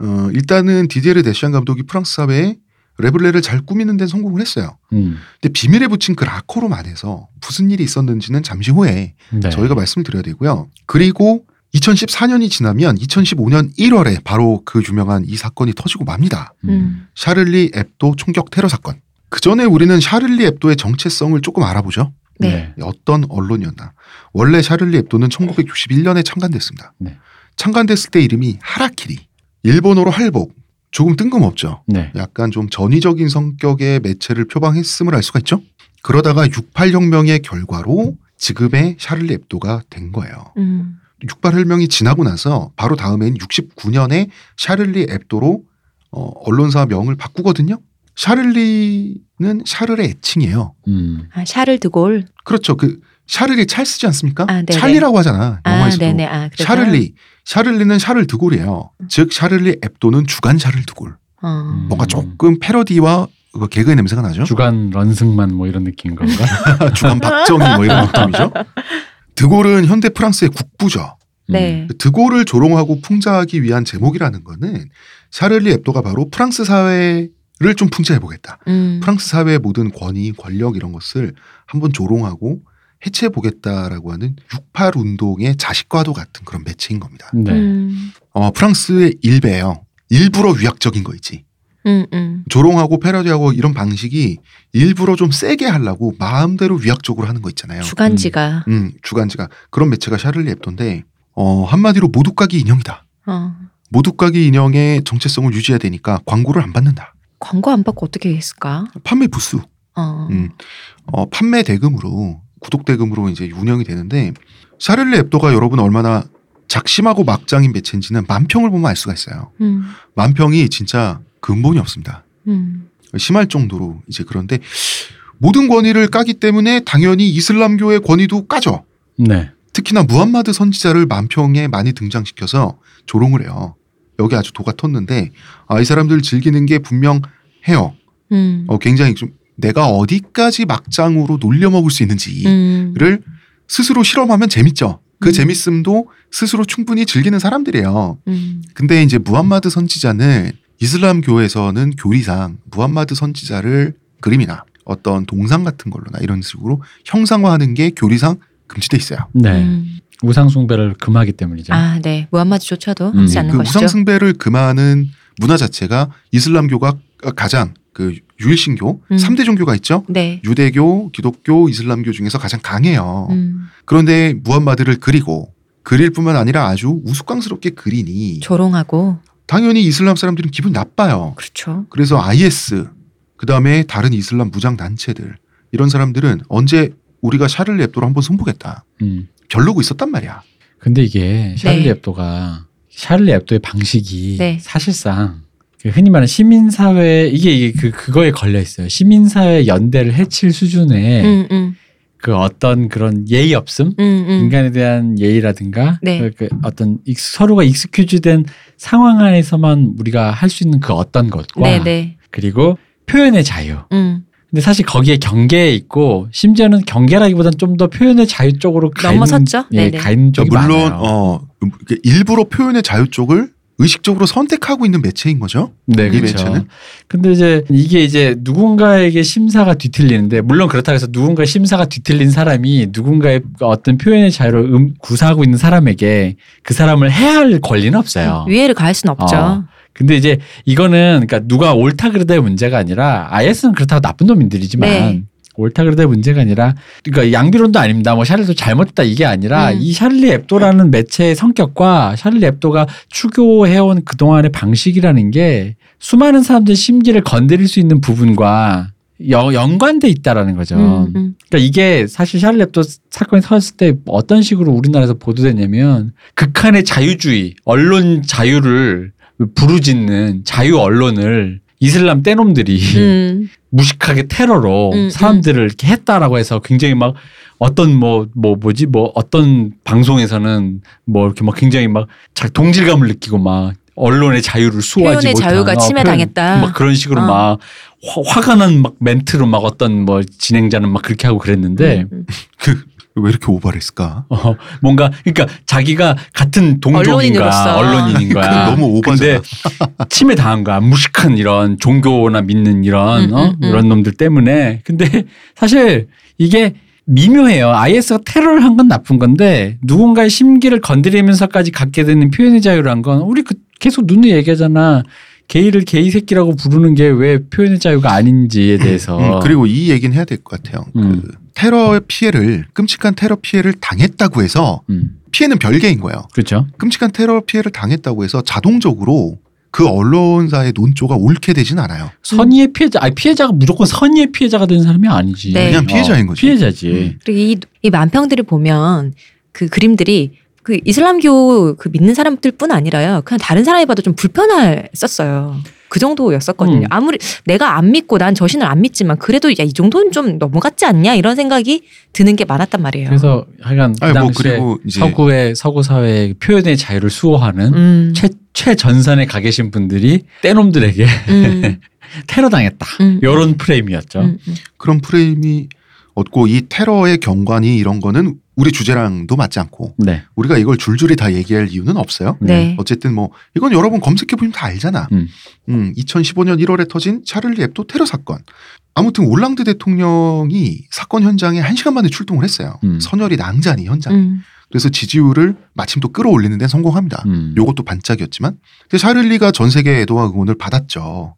S1: 어, 일단은 디디에르 데시안 감독이 프랑스 사회에 레블레를 잘 꾸미는 데 성공을 했어요.
S2: 음.
S1: 근데 비밀에 붙인 그 라코롬 안에서 무슨 일이 있었는지는 잠시 후에
S2: 네.
S1: 저희가 말씀드려야 되고요. 그리고 2014년이 지나면 2015년 1월에 바로 그 유명한 이 사건이 터지고 맙니다.
S2: 음.
S3: 음.
S1: 샤를리 앱도 총격 테러 사건. 그 전에 우리는 샤를리 앱도의 정체성을 조금 알아보죠.
S3: 네.
S2: 네.
S1: 어떤 언론이었나. 원래 샤를리 앱도는 1961년에 창간됐습니다.
S2: 네.
S1: 창간됐을 때 이름이 하라키리. 일본어로 할복. 조금 뜬금없죠.
S2: 네.
S1: 약간 좀 전위적인 성격의 매체를 표방했음을 알 수가 있죠. 그러다가 68혁명의 결과로 지금의 샤를리 앱도가 된 거예요.
S3: 음.
S1: 68혁명이 지나고 나서 바로 다음엔 69년에 샤를리 앱도로 어, 언론사 명을 바꾸거든요. 샤를리는 샤를의 애칭이에요.
S2: 음.
S3: 아 샤를 드골.
S1: 그렇죠. 그 샤를리 찰스지 않습니까?
S3: 아, 네네.
S1: 찰리라고 하잖아.
S3: 아
S1: 영화에서도.
S3: 네네. 아 그래서.
S1: 샤를리. 샤를리는 샤를 드골이에요. 즉 샤를리 앱도는 주간 샤를 드골.
S3: 어.
S2: 음.
S1: 뭔가 조금 패러디와 그 개그의 냄새가 나죠.
S2: 주간 런승만 뭐 이런 느낌인 건가?
S1: 주간 박정희 뭐 이런 느낌이죠. 드골은 현대 프랑스의 국부죠.
S3: [LAUGHS] 네.
S1: 그 드골을 조롱하고 풍자하기 위한 제목이라는 거는 샤를리 앱도가 바로 프랑스 사회를 좀 풍자해보겠다.
S3: 음.
S1: 프랑스 사회의 모든 권위, 권력 이런 것을 한번 조롱하고 해체해보겠다라고 하는 68 운동의 자식과도 같은 그런 매체인 겁니다.
S2: 음. 네.
S3: 음.
S1: 어, 프랑스의 일베예요. 일부러 위약적인 거 있지.
S3: 음. 음.
S1: 조롱하고 패러디하고 이런 방식이 일부러 좀 세게 하려고 마음대로 위약적으로 하는 거 있잖아요.
S3: 주간지가.
S1: 음, 주간지가 그런 매체가 샤를리 앱도인데 어, 한마디로 모두까기 인형이다.
S3: 어.
S1: 모두가기 인형의 정체성을 유지해야 되니까 광고를 안 받는다.
S3: 광고 안 받고 어떻게 했을까?
S1: 판매 부수,
S3: 어.
S1: 음. 어, 판매 대금으로 구독 대금으로 이제 운영이 되는데 샤를리 앱도가 여러분 얼마나 작심하고 막장인 매체인지는 만평을 보면 알 수가 있어요.
S3: 음.
S1: 만평이 진짜 근본이 없습니다.
S3: 음.
S1: 심할 정도로 이제 그런데 모든 권위를 까기 때문에 당연히 이슬람교의 권위도 까죠.
S2: 네.
S1: 특히나 무함마드 선지자를 만평에 많이 등장시켜서 조롱을 해요. 여기 아주 도가 텄는데 아, 이 사람들 즐기는 게 분명해요.
S3: 음.
S1: 어, 굉장히 좀 내가 어디까지 막장으로 놀려 먹을 수 있는지를
S3: 음.
S1: 스스로 실험하면 재밌죠. 그
S3: 음.
S1: 재밌음도 스스로 충분히 즐기는 사람들이에요.
S3: 음.
S1: 근데 이제 무함마드 선지자는 이슬람교에서는 교리상 무함마드 선지자를 그림이나 어떤 동상 같은 걸로나 이런 식으로 형상화하는 게 교리상 금지돼 있어요.
S2: 네.
S3: 음.
S2: 우상 숭배를 금하기 때문이죠.
S3: 아, 네. 무함마드조차도
S2: 음.
S3: 하지 않는
S1: 그
S3: 것이죠.
S1: 우상승배를 금하는 문화 자체가 이슬람교가 가장 그 유일신교
S3: 음.
S1: 삼대 종교가 있죠.
S3: 네.
S1: 유대교, 기독교, 이슬람교 중에서 가장 강해요.
S3: 음.
S1: 그런데 무함마드를 그리고 그릴 뿐만 아니라 아주 우스꽝스럽게 그리니
S3: 조롱하고
S1: 당연히 이슬람 사람들은 기분 나빠요.
S3: 그렇죠.
S1: 그래서 IS 그다음에 다른 이슬람 무장 단체들 이런 사람들은 언제 우리가 샤를 앱도로 한번 손보겠다.
S2: 음.
S1: 별로고 있었단 말이야.
S2: 근데 이게 샤를리
S3: 네.
S2: 앱도가 샤를리 앱도의 방식이
S3: 네.
S2: 사실상 그 흔히 말하는
S1: 네.
S2: 시민사회 이게 이게 그 그거에 걸려 있어요. 시민사회 연대를 해칠 수준의
S3: 음, 음.
S2: 그 어떤 그런 예의 없음
S3: 음, 음.
S2: 인간에 대한 예의라든가
S3: 네.
S2: 그 어떤 익- 서로가 익스큐즈된 상황 안에서만 우리가 할 수 있는 그 어떤 것과
S3: 네, 네.
S2: 그리고 표현의 자유.
S3: 음.
S2: 근데 사실 거기에 경계에 있고 심지어는 경계라기보단 좀 더 표현의 자유 쪽으로 가 있는-
S3: 넘어섰죠?
S2: 예,
S3: 네네.
S2: 가 있는 쪽이
S1: 그러니까 물론
S2: 많아요.
S1: 어 이렇게 일부러 표현의 자유 쪽을 의식적으로 선택하고 있는 매체인 거죠.
S2: 네,
S1: 이
S2: 그렇죠.
S1: 매체는?
S2: 근데 이제 이게 이제 누군가에게 심사가 뒤틀리는데 물론 그렇다고 해서 누군가 심사가 뒤틀린 사람이 누군가의 어떤 표현의 자유를 음- 구사하고 있는 사람에게 그 사람을 해야 할 권리는 없어요.
S3: 위해를 가할 순 없죠.
S2: 어. 근데 이제 이거는 그러니까 누가 옳다 그르다의 문제가 아니라 IS는 그렇다고 나쁜 놈인들이지만
S3: 네.
S2: 옳다 그르다의 문제가 아니라 그러니까 양비론도 아닙니다. 뭐 샤를도 잘못했다 이게 아니라
S3: 음.
S2: 이 샤를리 앱도라는 매체의 성격과 샤를리 앱도가 추구해온 그동안의 방식이라는 게 수많은 사람들의 심기를 건드릴 수 있는 부분과 여- 연관돼 있다라는 거죠.
S3: 음, 음.
S2: 그러니까 이게 사실 샬렙도 사건이 터졌을 때 어떤 식으로 우리나라에서 보도됐냐면 극한의 자유주의, 언론 자유를 부르짖는 자유 언론을 이슬람 떼놈들이
S3: 음.
S2: 무식하게 테러로
S3: 음,
S2: 사람들을 이렇게 했다라고 해서 굉장히 막 어떤 뭐 뭐 뭐, 지뭐 어떤 방송에서는 뭐 이렇게 막 굉장히 막 자- 동질감을 느끼고 막 언론의 자유를 수호하지
S3: 표현의
S2: 못한
S3: 자유가
S2: 어,
S3: 침해당했다.
S2: 막 그런 식으로
S3: 어.
S2: 막 화, 화가 난 막 멘트로 막 어떤 뭐 진행자는 막 그렇게 하고 그랬는데
S3: 음, 음.
S1: 왜 이렇게 오바했을까?
S2: 어, 뭔가 그러니까 자기가 같은 동족인 거야
S3: 언론인으로서.
S2: 언론인인 거야
S1: [LAUGHS] 그건 너무 오바잖아.
S2: 근데 침해 당한 거야 무식한 이런 종교나 믿는 이런
S3: 음,
S2: 어?
S3: 음, 음.
S2: 이런 놈들 때문에 근데 사실 이게 미묘해요. IS가 테러를 한 건 나쁜 건데 누군가의 심기를 건드리면서까지 갖게 되는 표현의 자유란 건 우리 그 계속 눈에 얘기하잖아. 게이를 게이 새끼라고 부르는 게 왜 표현의 자유가 아닌지에 대해서
S1: 음, 그리고 이 얘기는 해야 될 것 같아요.
S2: 어. 음.
S1: 그 테러의 피해를 끔찍한 테러 피해를 당했다고 해서
S2: 음,
S1: 피해는 별개인 거예요.
S2: 그렇죠.
S1: 끔찍한 테러 피해를 당했다고 해서 자동적으로 그 언론사의 논조가 옳게 되진 않아요.
S2: 선의의 피해자, 아니 피해자가 무조건 선의의 피해자가 된 사람이 아니지.
S3: 음.
S2: 어,
S3: 네.
S1: 그냥 피해자인 거지. 음.
S2: 피해자지.
S3: 그리고 이, 이 만평들을 보면 그 그림들이 그 이슬람교 그 믿는 사람들뿐 아니라요. 그냥 다른 사람이 봐도 좀 불편했었어요. 그 정도였었거든요.
S2: 음.
S3: 아무리 내가 안 믿고 난 저 신을 안 믿지만 그래도 야 이 정도는 좀 넘어갔지 않냐 이런 생각이 드는 게 많았단 말이에요.
S2: 그래서 하여간 그
S1: 아니 뭐
S2: 당시에
S1: 그리고 이제
S2: 서구의 서구 사회의 표현의 자유를 수호하는
S3: 음,
S2: 최 최전선에 가 계신 분들이 떼놈들에게
S3: 음,
S2: 테러 당했다. [LAUGHS]
S3: 음.
S2: 이런 프레임이었죠.
S3: 음, 음.
S1: 그런 프레임이 얻고 이 테러의 경관이 이런 거는 우리 주제랑도 맞지 않고
S2: 네.
S1: 우리가 이걸 줄줄이 다 얘기할 이유는 없어요.
S3: 네.
S1: 어쨌든 뭐 이건 여러분 검색해 보면 다 알잖아.
S2: 음.
S1: 음. 2015년 1월에 터진 샤를리 앱도 테러 사건. 아무튼 올랑드 대통령이 사건 현장에 1시간 만에 출동을 했어요.
S2: 음.
S1: 선열이 낭자니 현장.
S3: 음.
S1: 그래서 지지율을 마침 또 끌어올리는 데 성공합니다.
S2: 음.
S1: 요것도 반짝이었지만 근데 샤를리가 전 세계 애도와 응원을 받았죠.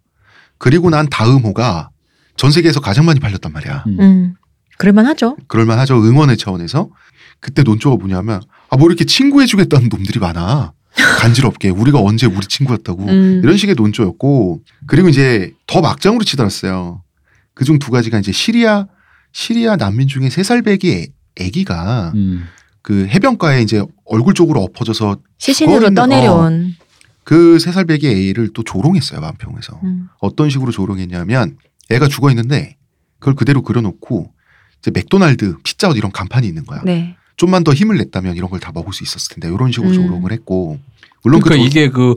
S1: 그리고 난 다음 호가 전 세계에서 가장 많이 팔렸단 말이야.
S2: 음.
S3: 음. 그럴만 하죠.
S1: 그럴만하죠. 응원의 차원에서 그때 논조가 뭐냐면 아 뭐 이렇게 친구해주겠다는 놈들이 많아. 간지럽게 우리가 언제 우리 친구였다고
S3: 음.
S1: 이런 식의 논조였고 그리고 이제 더 막장으로 치달았어요. 그중 두 가지가 이제 시리아 시리아 난민 중에 세 살배기 애기가
S2: 음.
S1: 그 해변가에 이제 얼굴 쪽으로 엎어져서
S3: 시신으로
S1: 그거는-
S3: 떠내려온.
S1: 그 세 살배기 애를 또 조롱했어요 만평에서
S3: 음.
S1: 어떤 식으로 조롱했냐면 애가 죽어 있는데 그걸 그대로 그려놓고 이제 맥도날드 피자헛 이런 간판이 있는 거야.
S3: 네.
S1: 좀만 더 힘을 냈다면 이런 걸 다 먹을 수 있었을 텐데 이런 식으로
S3: 음.
S1: 조롱을 했고 물론
S2: 그러니까
S1: 그 조-
S2: 이게 그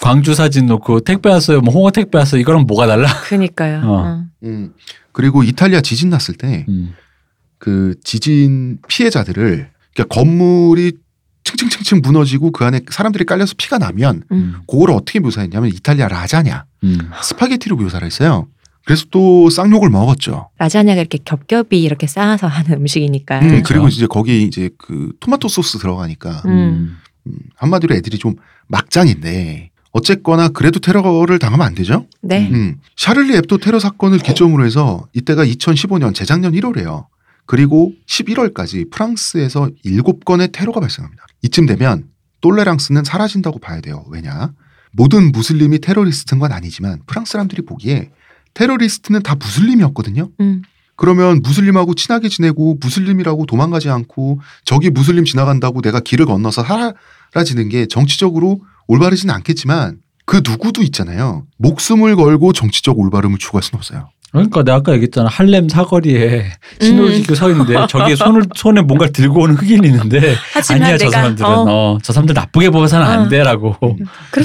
S2: 광주 사진 놓고 택배 왔어요. 뭐 홍어 택배 왔어요. 이거랑 뭐가 달라?
S3: 그니까요.
S2: 어.
S3: 어.
S1: 음. 그리고 이탈리아 지진 났을 때
S2: 음.
S1: 그 지진 피해자들을 그러니까 건물이 층층층층 무너지고 그 안에 사람들이 깔려서 피가 나면
S3: 음.
S1: 그거를 어떻게 묘사했냐면 이탈리아 라자냐
S2: 음.
S1: 스파게티로 묘사를 했어요. 그래서 또 쌍욕을 먹었죠.
S3: 라자냐가 이렇게 겹겹이 이렇게 쌓아서 하는 [LAUGHS] 음식이니까.
S1: 음,
S2: 그렇죠.
S1: 그리고 이제 거기 이제 그 토마토 소스 들어가니까
S3: 음.
S1: 음, 한마디로 애들이 좀 막장인데 어쨌거나 그래도 테러를 당하면 안 되죠.
S3: 네.
S1: 음, 샤를리 앱도 테러 사건을 기점으로 해서 이때가 2015년 재작년 1월에요. 그리고 11월까지 프랑스에서 7건의 테러가 발생합니다. 이쯤 되면 똘레랑스는 사라진다고 봐야 돼요. 왜냐? 모든 무슬림이 테러리스트인 건 아니지만 프랑스 사람들이 보기에 테러리스트는 다 무슬림이었거든요.
S3: 음.
S1: 그러면 무슬림하고 친하게 지내고 무슬림이라고 도망가지 않고 저기 무슬림 지나간다고 내가 길을 건너서 사라지는 게 정치적으로 올바르지는 않겠지만 그 누구도 있잖아요. 목숨을 걸고 정치적 올바름을 추구할 수는 없어요.
S2: 그러니까 내가 아까 얘기했잖아. 할렘 사거리에 신호를
S3: 음.
S2: 지키고 서 있는데 저기에 손을 손에 뭔가 들고 오는 흑인이 있는데
S3: 하지만
S2: 아니야 저
S3: 내가
S2: 사람들은
S3: 어,
S2: 어, 저 사람들 나쁘게 보고서는
S3: 어.
S2: 안 돼라고.
S3: 그럴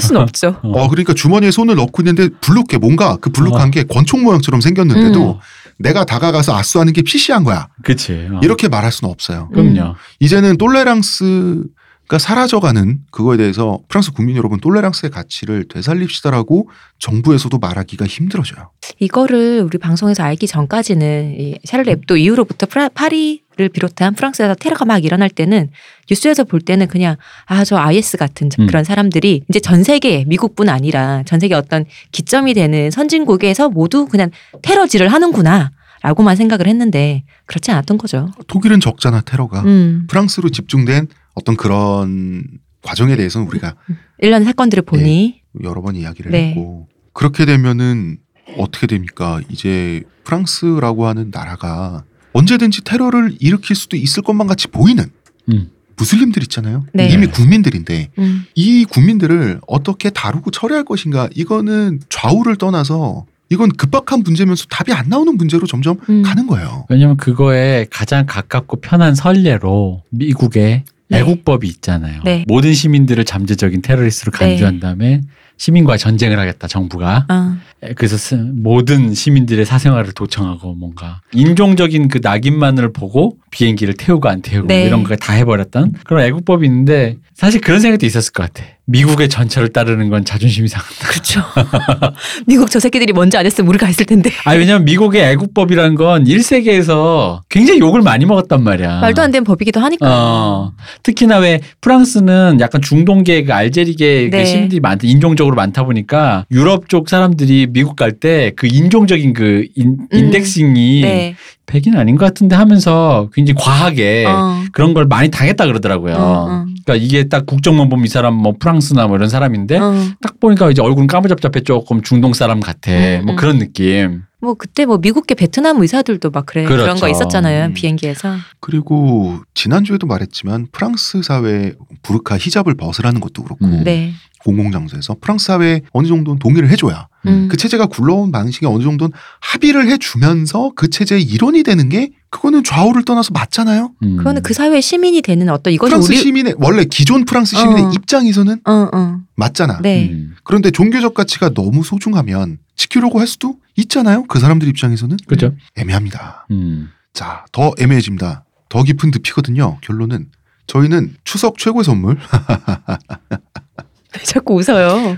S2: [LAUGHS]
S3: 순 없죠.
S1: 어, 그러니까 주머니에 손을 넣고 있는데 블록해. 뭔가 그 블록한 게 권총 모양처럼 생겼는데도
S2: 음.
S1: 내가 다가가서 아수하는 게 피시한 거야.
S2: 그치. 어.
S1: 이렇게 말할 수는 없어요.
S3: 음.
S2: 그럼요.
S1: 이제는 똘레랑스가 사라져가는 그거에 대해서 프랑스 국민 여러분 똘레랑스의 가치를 되살립시다라고 정부에서도 말하기가 힘들어져요.
S3: 이거를 우리 방송에서 알기 전까지는 이 샤를
S2: 음.
S3: 앱도 이후로부터 프라- 파리를 비롯한 프랑스에서 테러가 막 일어날 때는 뉴스에서 볼 때는 그냥 아 저 IS 같은 저-
S2: 음.
S3: 그런 사람들이 이제 전 세계 미국뿐 아니라 전 세계 어떤 기점이 되는 선진국에서 모두 그냥 테러질을 하는구나. 라고만 생각을 했는데 그렇지 않았던 거죠.
S1: 독일은 적잖아 테러가.
S3: 음.
S1: 프랑스로 집중된 어떤 그런 과정에 대해서는 우리가
S3: 일련 사건들을 보니
S1: 여러 번 이야기를
S3: 네.
S1: 했고 그렇게 되면은 어떻게 됩니까? 이제 프랑스라고 하는 나라가 언제든지 테러를 일으킬 수도 있을 것만 같이 보이는
S2: 음.
S1: 무슬림들 있잖아요.
S3: 네.
S1: 이미 국민들인데
S3: 음.
S1: 이 국민들을 어떻게 다루고 처리할 것인가 이거는 좌우를 떠나서 이건 급박한 문제면서 답이 안 나오는 문제로 점점
S3: 음.
S1: 가는 거예요.
S2: 왜냐면 그거에 가장 가깝고 편한 선례로 미국의
S3: 네.
S2: 애국법이 있잖아요.
S3: 네.
S2: 모든 시민들을 잠재적인 테러리스트로 간주한 다음에 시민과 전쟁을 하겠다 정부가
S3: 아,
S2: 그래서 스- 모든 시민들의 사생활을 도청하고 뭔가 인종적인 그 낙인만을 보고 비행기를 태우고 안 태우고
S3: 네.
S2: 이런 걸 다 해버렸던 그런 애국법이 있는데 사실 그런 생각도 있었을 것 같아. 미국의 전철을 따르는 건 자존심이 상한다.
S3: 그렇죠. [LAUGHS] 미국 저 새끼들이 먼저 안 했으면 우리가 했을 텐데.
S2: 아 왜냐면 미국의 애국법이라는 건 1세기에서 굉장히 욕을 많이 먹었단 말이야.
S1: 아.
S3: 말도 안 되는 법이기도 하니까.
S2: 어, 특히나 왜 프랑스는 약간 중동계, 그 알제리계
S3: 네.
S2: 그 시민들이 많다, 인종적으로 많다 보니까 유럽 쪽 사람들이 미국 갈 때 그 인종적인 그 인,
S3: 음.
S2: 덱싱이
S3: 네.
S2: 백인 아닌 것 같은데 하면서 굉장히
S1: 예.
S2: 과하게
S3: 어.
S2: 그런 걸 많이 당했다 그러더라고요.
S3: 어, 어.
S2: 그러니까 이게 딱 국적만 보면 이 사람 뭐 프랑스나 뭐 이런 사람인데
S3: 어.
S2: 딱 보니까 이제 얼굴은 까무잡잡해 조금 중동 사람 같아.
S3: 음, 음.
S2: 뭐 그런 느낌.
S3: 뭐 그때 뭐 미국계 베트남 의사들도 막 그래 그런
S2: 그렇죠.
S3: 거 있었잖아요
S1: 음.
S3: 비행기에서
S1: 그리고 지난주에도 말했지만 프랑스 사회 부르카 히잡을 벗으라는 것도 그렇고
S2: 음.
S3: 네
S1: 공공장소에서 프랑스 사회 어느 정도는 동의를 해줘야
S3: 음.
S1: 그 체제가 굴러온 방식에 어느 정도는 합의를 해주면서 그 체제의 일원이 되는 게 그거는 좌우를 떠나서 맞잖아요.
S2: 음.
S3: 그거는 그 사회의 시민이 되는 어떤 이것이
S1: 프랑스
S3: 우리
S1: 시민의 원래 기존 프랑스 시민의
S3: 어.
S1: 입장에서는
S3: 어, 어.
S1: 맞잖아.
S3: 네.
S2: 음.
S1: 그런데 종교적 가치가 너무 소중하면 지키려고 할 수도 있잖아요. 그 사람들 입장에서는
S2: 그죠?
S1: 애매합니다.
S2: 음.
S1: 자, 더 애매해집니다. 더 깊은 늪이거든요. 결론은 저희는 추석 최고의 선물.
S3: [LAUGHS]
S1: [LAUGHS]
S3: 왜 자꾸 웃어요?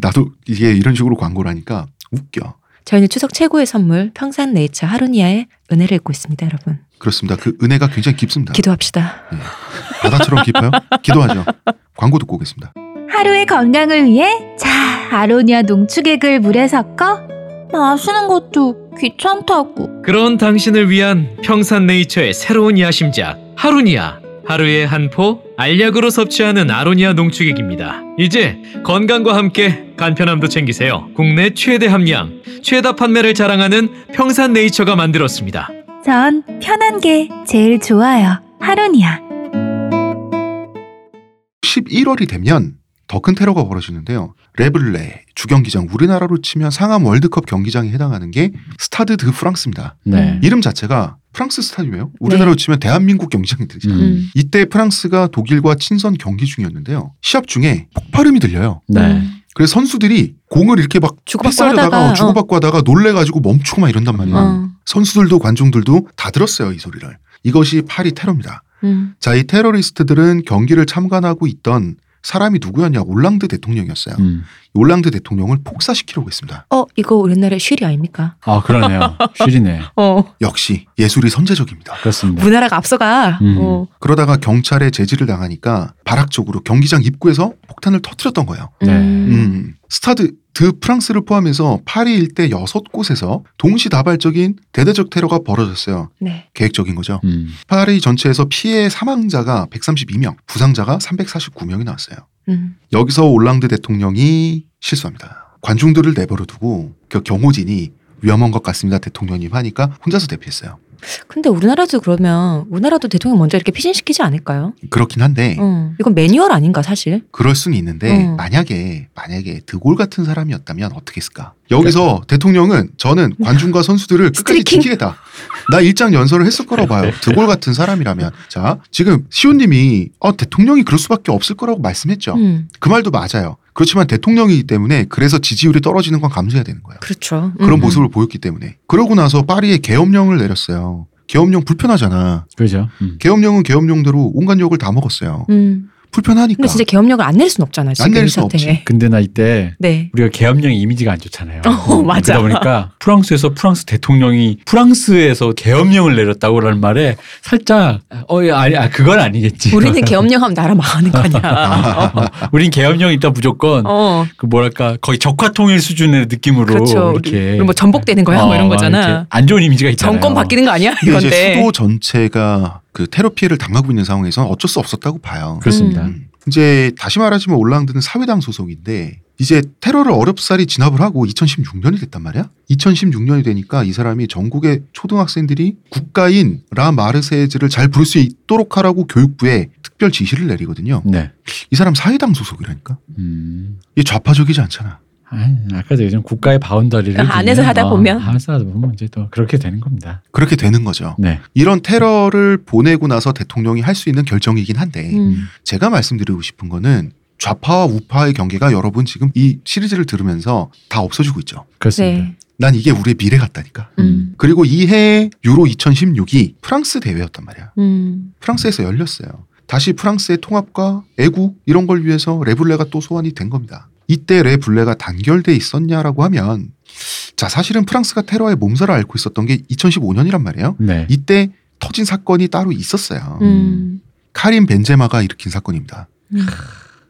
S1: 나도 이게 이런 식으로 광고를 하니까 웃겨.
S3: 저희는 추석 최고의 선물 평산 네이처 하루니아의 은혜를 읽고 있습니다, 여러분.
S1: 그렇습니다. 그 은혜가 굉장히 깊습니다.
S3: 기도합시다.
S1: 바다처럼
S3: [LAUGHS]
S1: 깊어요? 기도하죠. 광고 듣고 오겠습니다.
S4: 하루의 건강을 위해 자 아로니아 농축액을 물에 섞어
S5: 마시는 것도 귀찮다고.
S6: 그런 당신을 위한 평산네이처의 새로운 야심작 하루니아 하루에 한 포 알약으로 섭취하는 아로니아 농축액입니다. 이제 건강과 함께 간편함도 챙기세요. 국내 최대 함량, 최다 판매를 자랑하는 평산네이처가 만들었습니다.
S5: 전 편한 게 제일 좋아요. 하루니아.
S1: 11월이 되면 더 큰 테러가 벌어지는데요. 레블레 주경기장 우리나라로 치면 상암 월드컵 경기장에 해당하는 게 스타드 드 프랑스입니다.
S3: 음.
S2: 네.
S1: 이름 자체가 프랑스 스타디움이에요. 우리나라로 치면 대한민국 경기장이죠.
S2: 음.
S3: 네. 음.
S1: 이때 프랑스가 독일과 친선 경기 중이었는데요. 시합 중에 폭발음이 들려요.
S2: 네.
S1: 그래서 선수들이 공을 이렇게 막
S3: 주고받고
S1: 패스하려다가
S3: 하다가,
S1: 어, 주고받고 하다가 놀래가지고 멈추고 막 이런단 말이에요.
S3: 어.
S1: 선수들도 관중들도 다 들었어요 이 소리를. 이것이 파리 테러입니다.
S3: 음.
S1: 자, 이 테러리스트들은 경기를 참관하고 있던 사람이 누구였냐? 올랑드 대통령이었어요.
S2: 음.
S1: 올랑드 대통령을 폭사시키려고 했습니다.
S3: 어, 이거 우리나라의 쉴이 아닙니까?
S2: 아
S3: [LAUGHS]
S2: 그러네요. 쉴이네.
S3: 어.
S1: 역시 예술이 선제적입니다.
S2: 그렇습니다.
S3: 문화라가 앞서가.
S2: 음.
S3: 어.
S1: 그러다가 경찰에 제지를 당하니까 발악 쪽으로 경기장 입구에서 폭탄을 터뜨렸던 거예요.
S3: 음.
S2: 네.
S1: 음, 스타드 드 프랑스를 포함해서 파리 일대 여섯 곳에서 동시다발적인 대대적 테러가 벌어졌어요.
S3: 네.
S1: 계획적인 거죠.
S2: 음.
S1: 파리 전체에서 피해 사망자가 132명, 부상자가 349명이 나왔어요.
S3: 음.
S1: 여기서 올랑드 대통령이 실수합니다. 관중들을 내버려두고 그 경호진이 위험한 것 같습니다. 대통령님 하니까 혼자서 대피했어요.
S3: 근데 우리나라도 그러면 우리나라도 대통령 먼저 이렇게 피신시키지 않을까요?
S1: 그렇긴 한데
S3: 어, 이건 매뉴얼 아닌가 사실.
S1: 그럴 수는 있는데
S3: 음.
S1: 만약에 만약에 드골 같은 사람이었다면 어떻게 했을까? 여기서 대통령은 저는 관중과
S3: [LAUGHS]
S1: 선수들을 끝까지
S3: 스트리킹?
S1: 지키겠다. 나 일장 연설을 했을 거라고 봐요. 드골 같은 사람이라면 자 지금 시온님이 어, 대통령이 그럴 수밖에 없을 거라고 말씀했죠.
S3: 음,
S1: 그 말도 맞아요. 그렇지만 대통령이기 때문에 그래서 지지율이 떨어지는 건 감수해야 되는 거예요.
S3: 그렇죠. 음,
S1: 그런
S3: 음.
S1: 모습을 보였기 때문에 그러고 나서 파리에 계엄령을 내렸어요. 계엄령 불편하잖아.
S2: 그렇죠. 음.
S1: 계엄령은 계엄령대로 온갖 욕을 다 먹었어요.
S3: 음.
S1: 불편하니까.
S3: 근데 진짜 계엄령을 안 내릴 순 없잖아요. 지금
S1: 내릴
S3: 이
S1: 순 없지.
S3: 사태에.
S2: 근데 나 이때
S3: 네.
S2: 우리가 계엄령 이미지가 안 좋잖아요.
S3: 어,
S2: 그러다
S3: 맞아.
S2: 보니까 프랑스에서 프랑스 대통령이 프랑스에서 계엄령을 내렸다고라는 말에 살짝 어, 예, 아니, 아, 그건
S1: [LAUGHS]
S2: 아니겠지.
S3: 우리는 계엄령하면 나라 망하는 거 아니야.
S2: [LAUGHS] 우린 계엄령 있다 무조건
S3: 어,
S2: 그 뭐랄까 거의 적화통일 수준의 느낌으로
S3: 그렇죠.
S2: 이렇게
S3: 우리 뭐 전복되는 거야, 뭐 이런
S2: 막
S3: 거잖아.
S2: 이렇게 안 좋은 이미지가 있잖아요.
S3: 정권 바뀌는 거 아니야?
S1: 근데 이제
S3: 이건데.
S1: 수도 전체가 그 테러 피해를 당하고 있는 상황에선 어쩔 수 없었다고 봐요.
S2: 그렇습니다.
S1: 음. 이제 다시 말하지만 올랑드는 사회당 소속인데 이제 테러를 어렵사리 진압을 하고 2016년이 됐단 말이야. 2016년이 되니까 이 사람이 전국의 초등학생들이 국가인 라 마르세즈를 잘 부를 수 있도록 하라고 교육부에 특별 지시를 내리거든요.
S2: 네.
S1: 이 사람 사회당 소속이라니까.
S2: 음.
S1: 이게 좌파적이지 않잖아.
S2: 아니, 아까도 요즘 국가의 바운더리를
S3: 안에서
S2: 그냥,
S3: 하다
S2: 어,
S3: 보면.
S2: 안에서 하다 보면 이제 또 그렇게 되는 겁니다.
S1: 그렇게 되는 거죠.
S2: 네.
S1: 이런 테러를 보내고 나서 대통령이 할 수 있는 결정이긴 한데
S3: 음.
S1: 제가 말씀드리고 싶은 거는 좌파와 우파의 경계가 여러분 지금 이 시리즈를 들으면서 다 없어지고 있죠.
S2: 그렇습니다.
S3: 네.
S1: 난 이게 우리의 미래 같다니까.
S3: 음.
S1: 그리고 이해 유로 2016이 프랑스 대회였단 말이야.
S3: 음.
S1: 프랑스에서 열렸어요. 다시 프랑스의 통합과 애국 이런 걸 위해서 레블레가 또 소환이 된 겁니다. 이때 레블레가 단결돼 있었냐라고 하면 자 사실은 프랑스가 테러의 몸살을 앓고 있었던 게 2015년이란 말이에요.
S2: 네.
S1: 이때 터진 사건이 따로 있었어요.
S3: 음.
S1: 카린 벤제마가 일으킨 사건입니다.
S3: 음.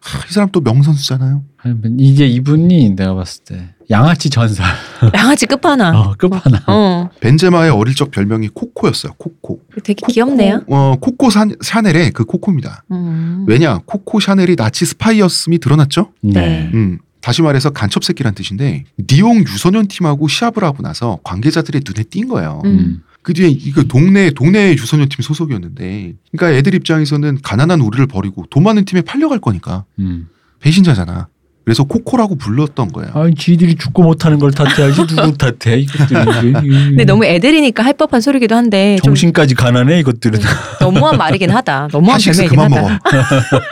S1: 하, 이 사람 또 명선수잖아요.
S2: 하여튼 이게 이분이 내가 봤을 때 양아치 전사
S3: 음. 양아치
S2: [LAUGHS]
S3: 끝판왕.
S2: 어, 끝판왕.
S1: 아.
S3: 어.
S1: 벤제마의 어릴 적 별명이 코코였어요. 코코.
S3: 되게 귀엽네요.
S1: 코코, 어, 코코 산- 샤넬의 그 코코입니다.
S3: 음.
S1: 왜냐? 코코 샤넬이 나치 스파이였음이 드러났죠?
S2: 네.
S1: 음, 다시 말해서 간첩 새끼란 뜻인데 니옹 유소년 팀하고 시합을 하고 나서 관계자들의 눈에 띈 거예요.
S3: 음.
S1: 그 뒤에 이거 동네 동네 유소년 팀 소속이었는데, 그러니까 애들 입장에서는 가난한 우리를 버리고 돈 많은 팀에 팔려갈 거니까
S2: 음.
S1: 배신자잖아. 그래서 코코라고 불렀던 거예요.
S2: 아, 쥐들이 죽고 못하는 걸 탓해야지 [LAUGHS] 누구 탓해 이것들이. 네,
S3: 근데 너무 애들이니까 할 법한 소리기도 한데 좀
S2: 음. 정신까지 가난해 이것들은.
S3: 너무한 말이긴 뭐 하다. 너무한
S1: 하식스
S3: 별명이긴
S1: 그만
S3: 하다.
S1: 먹어.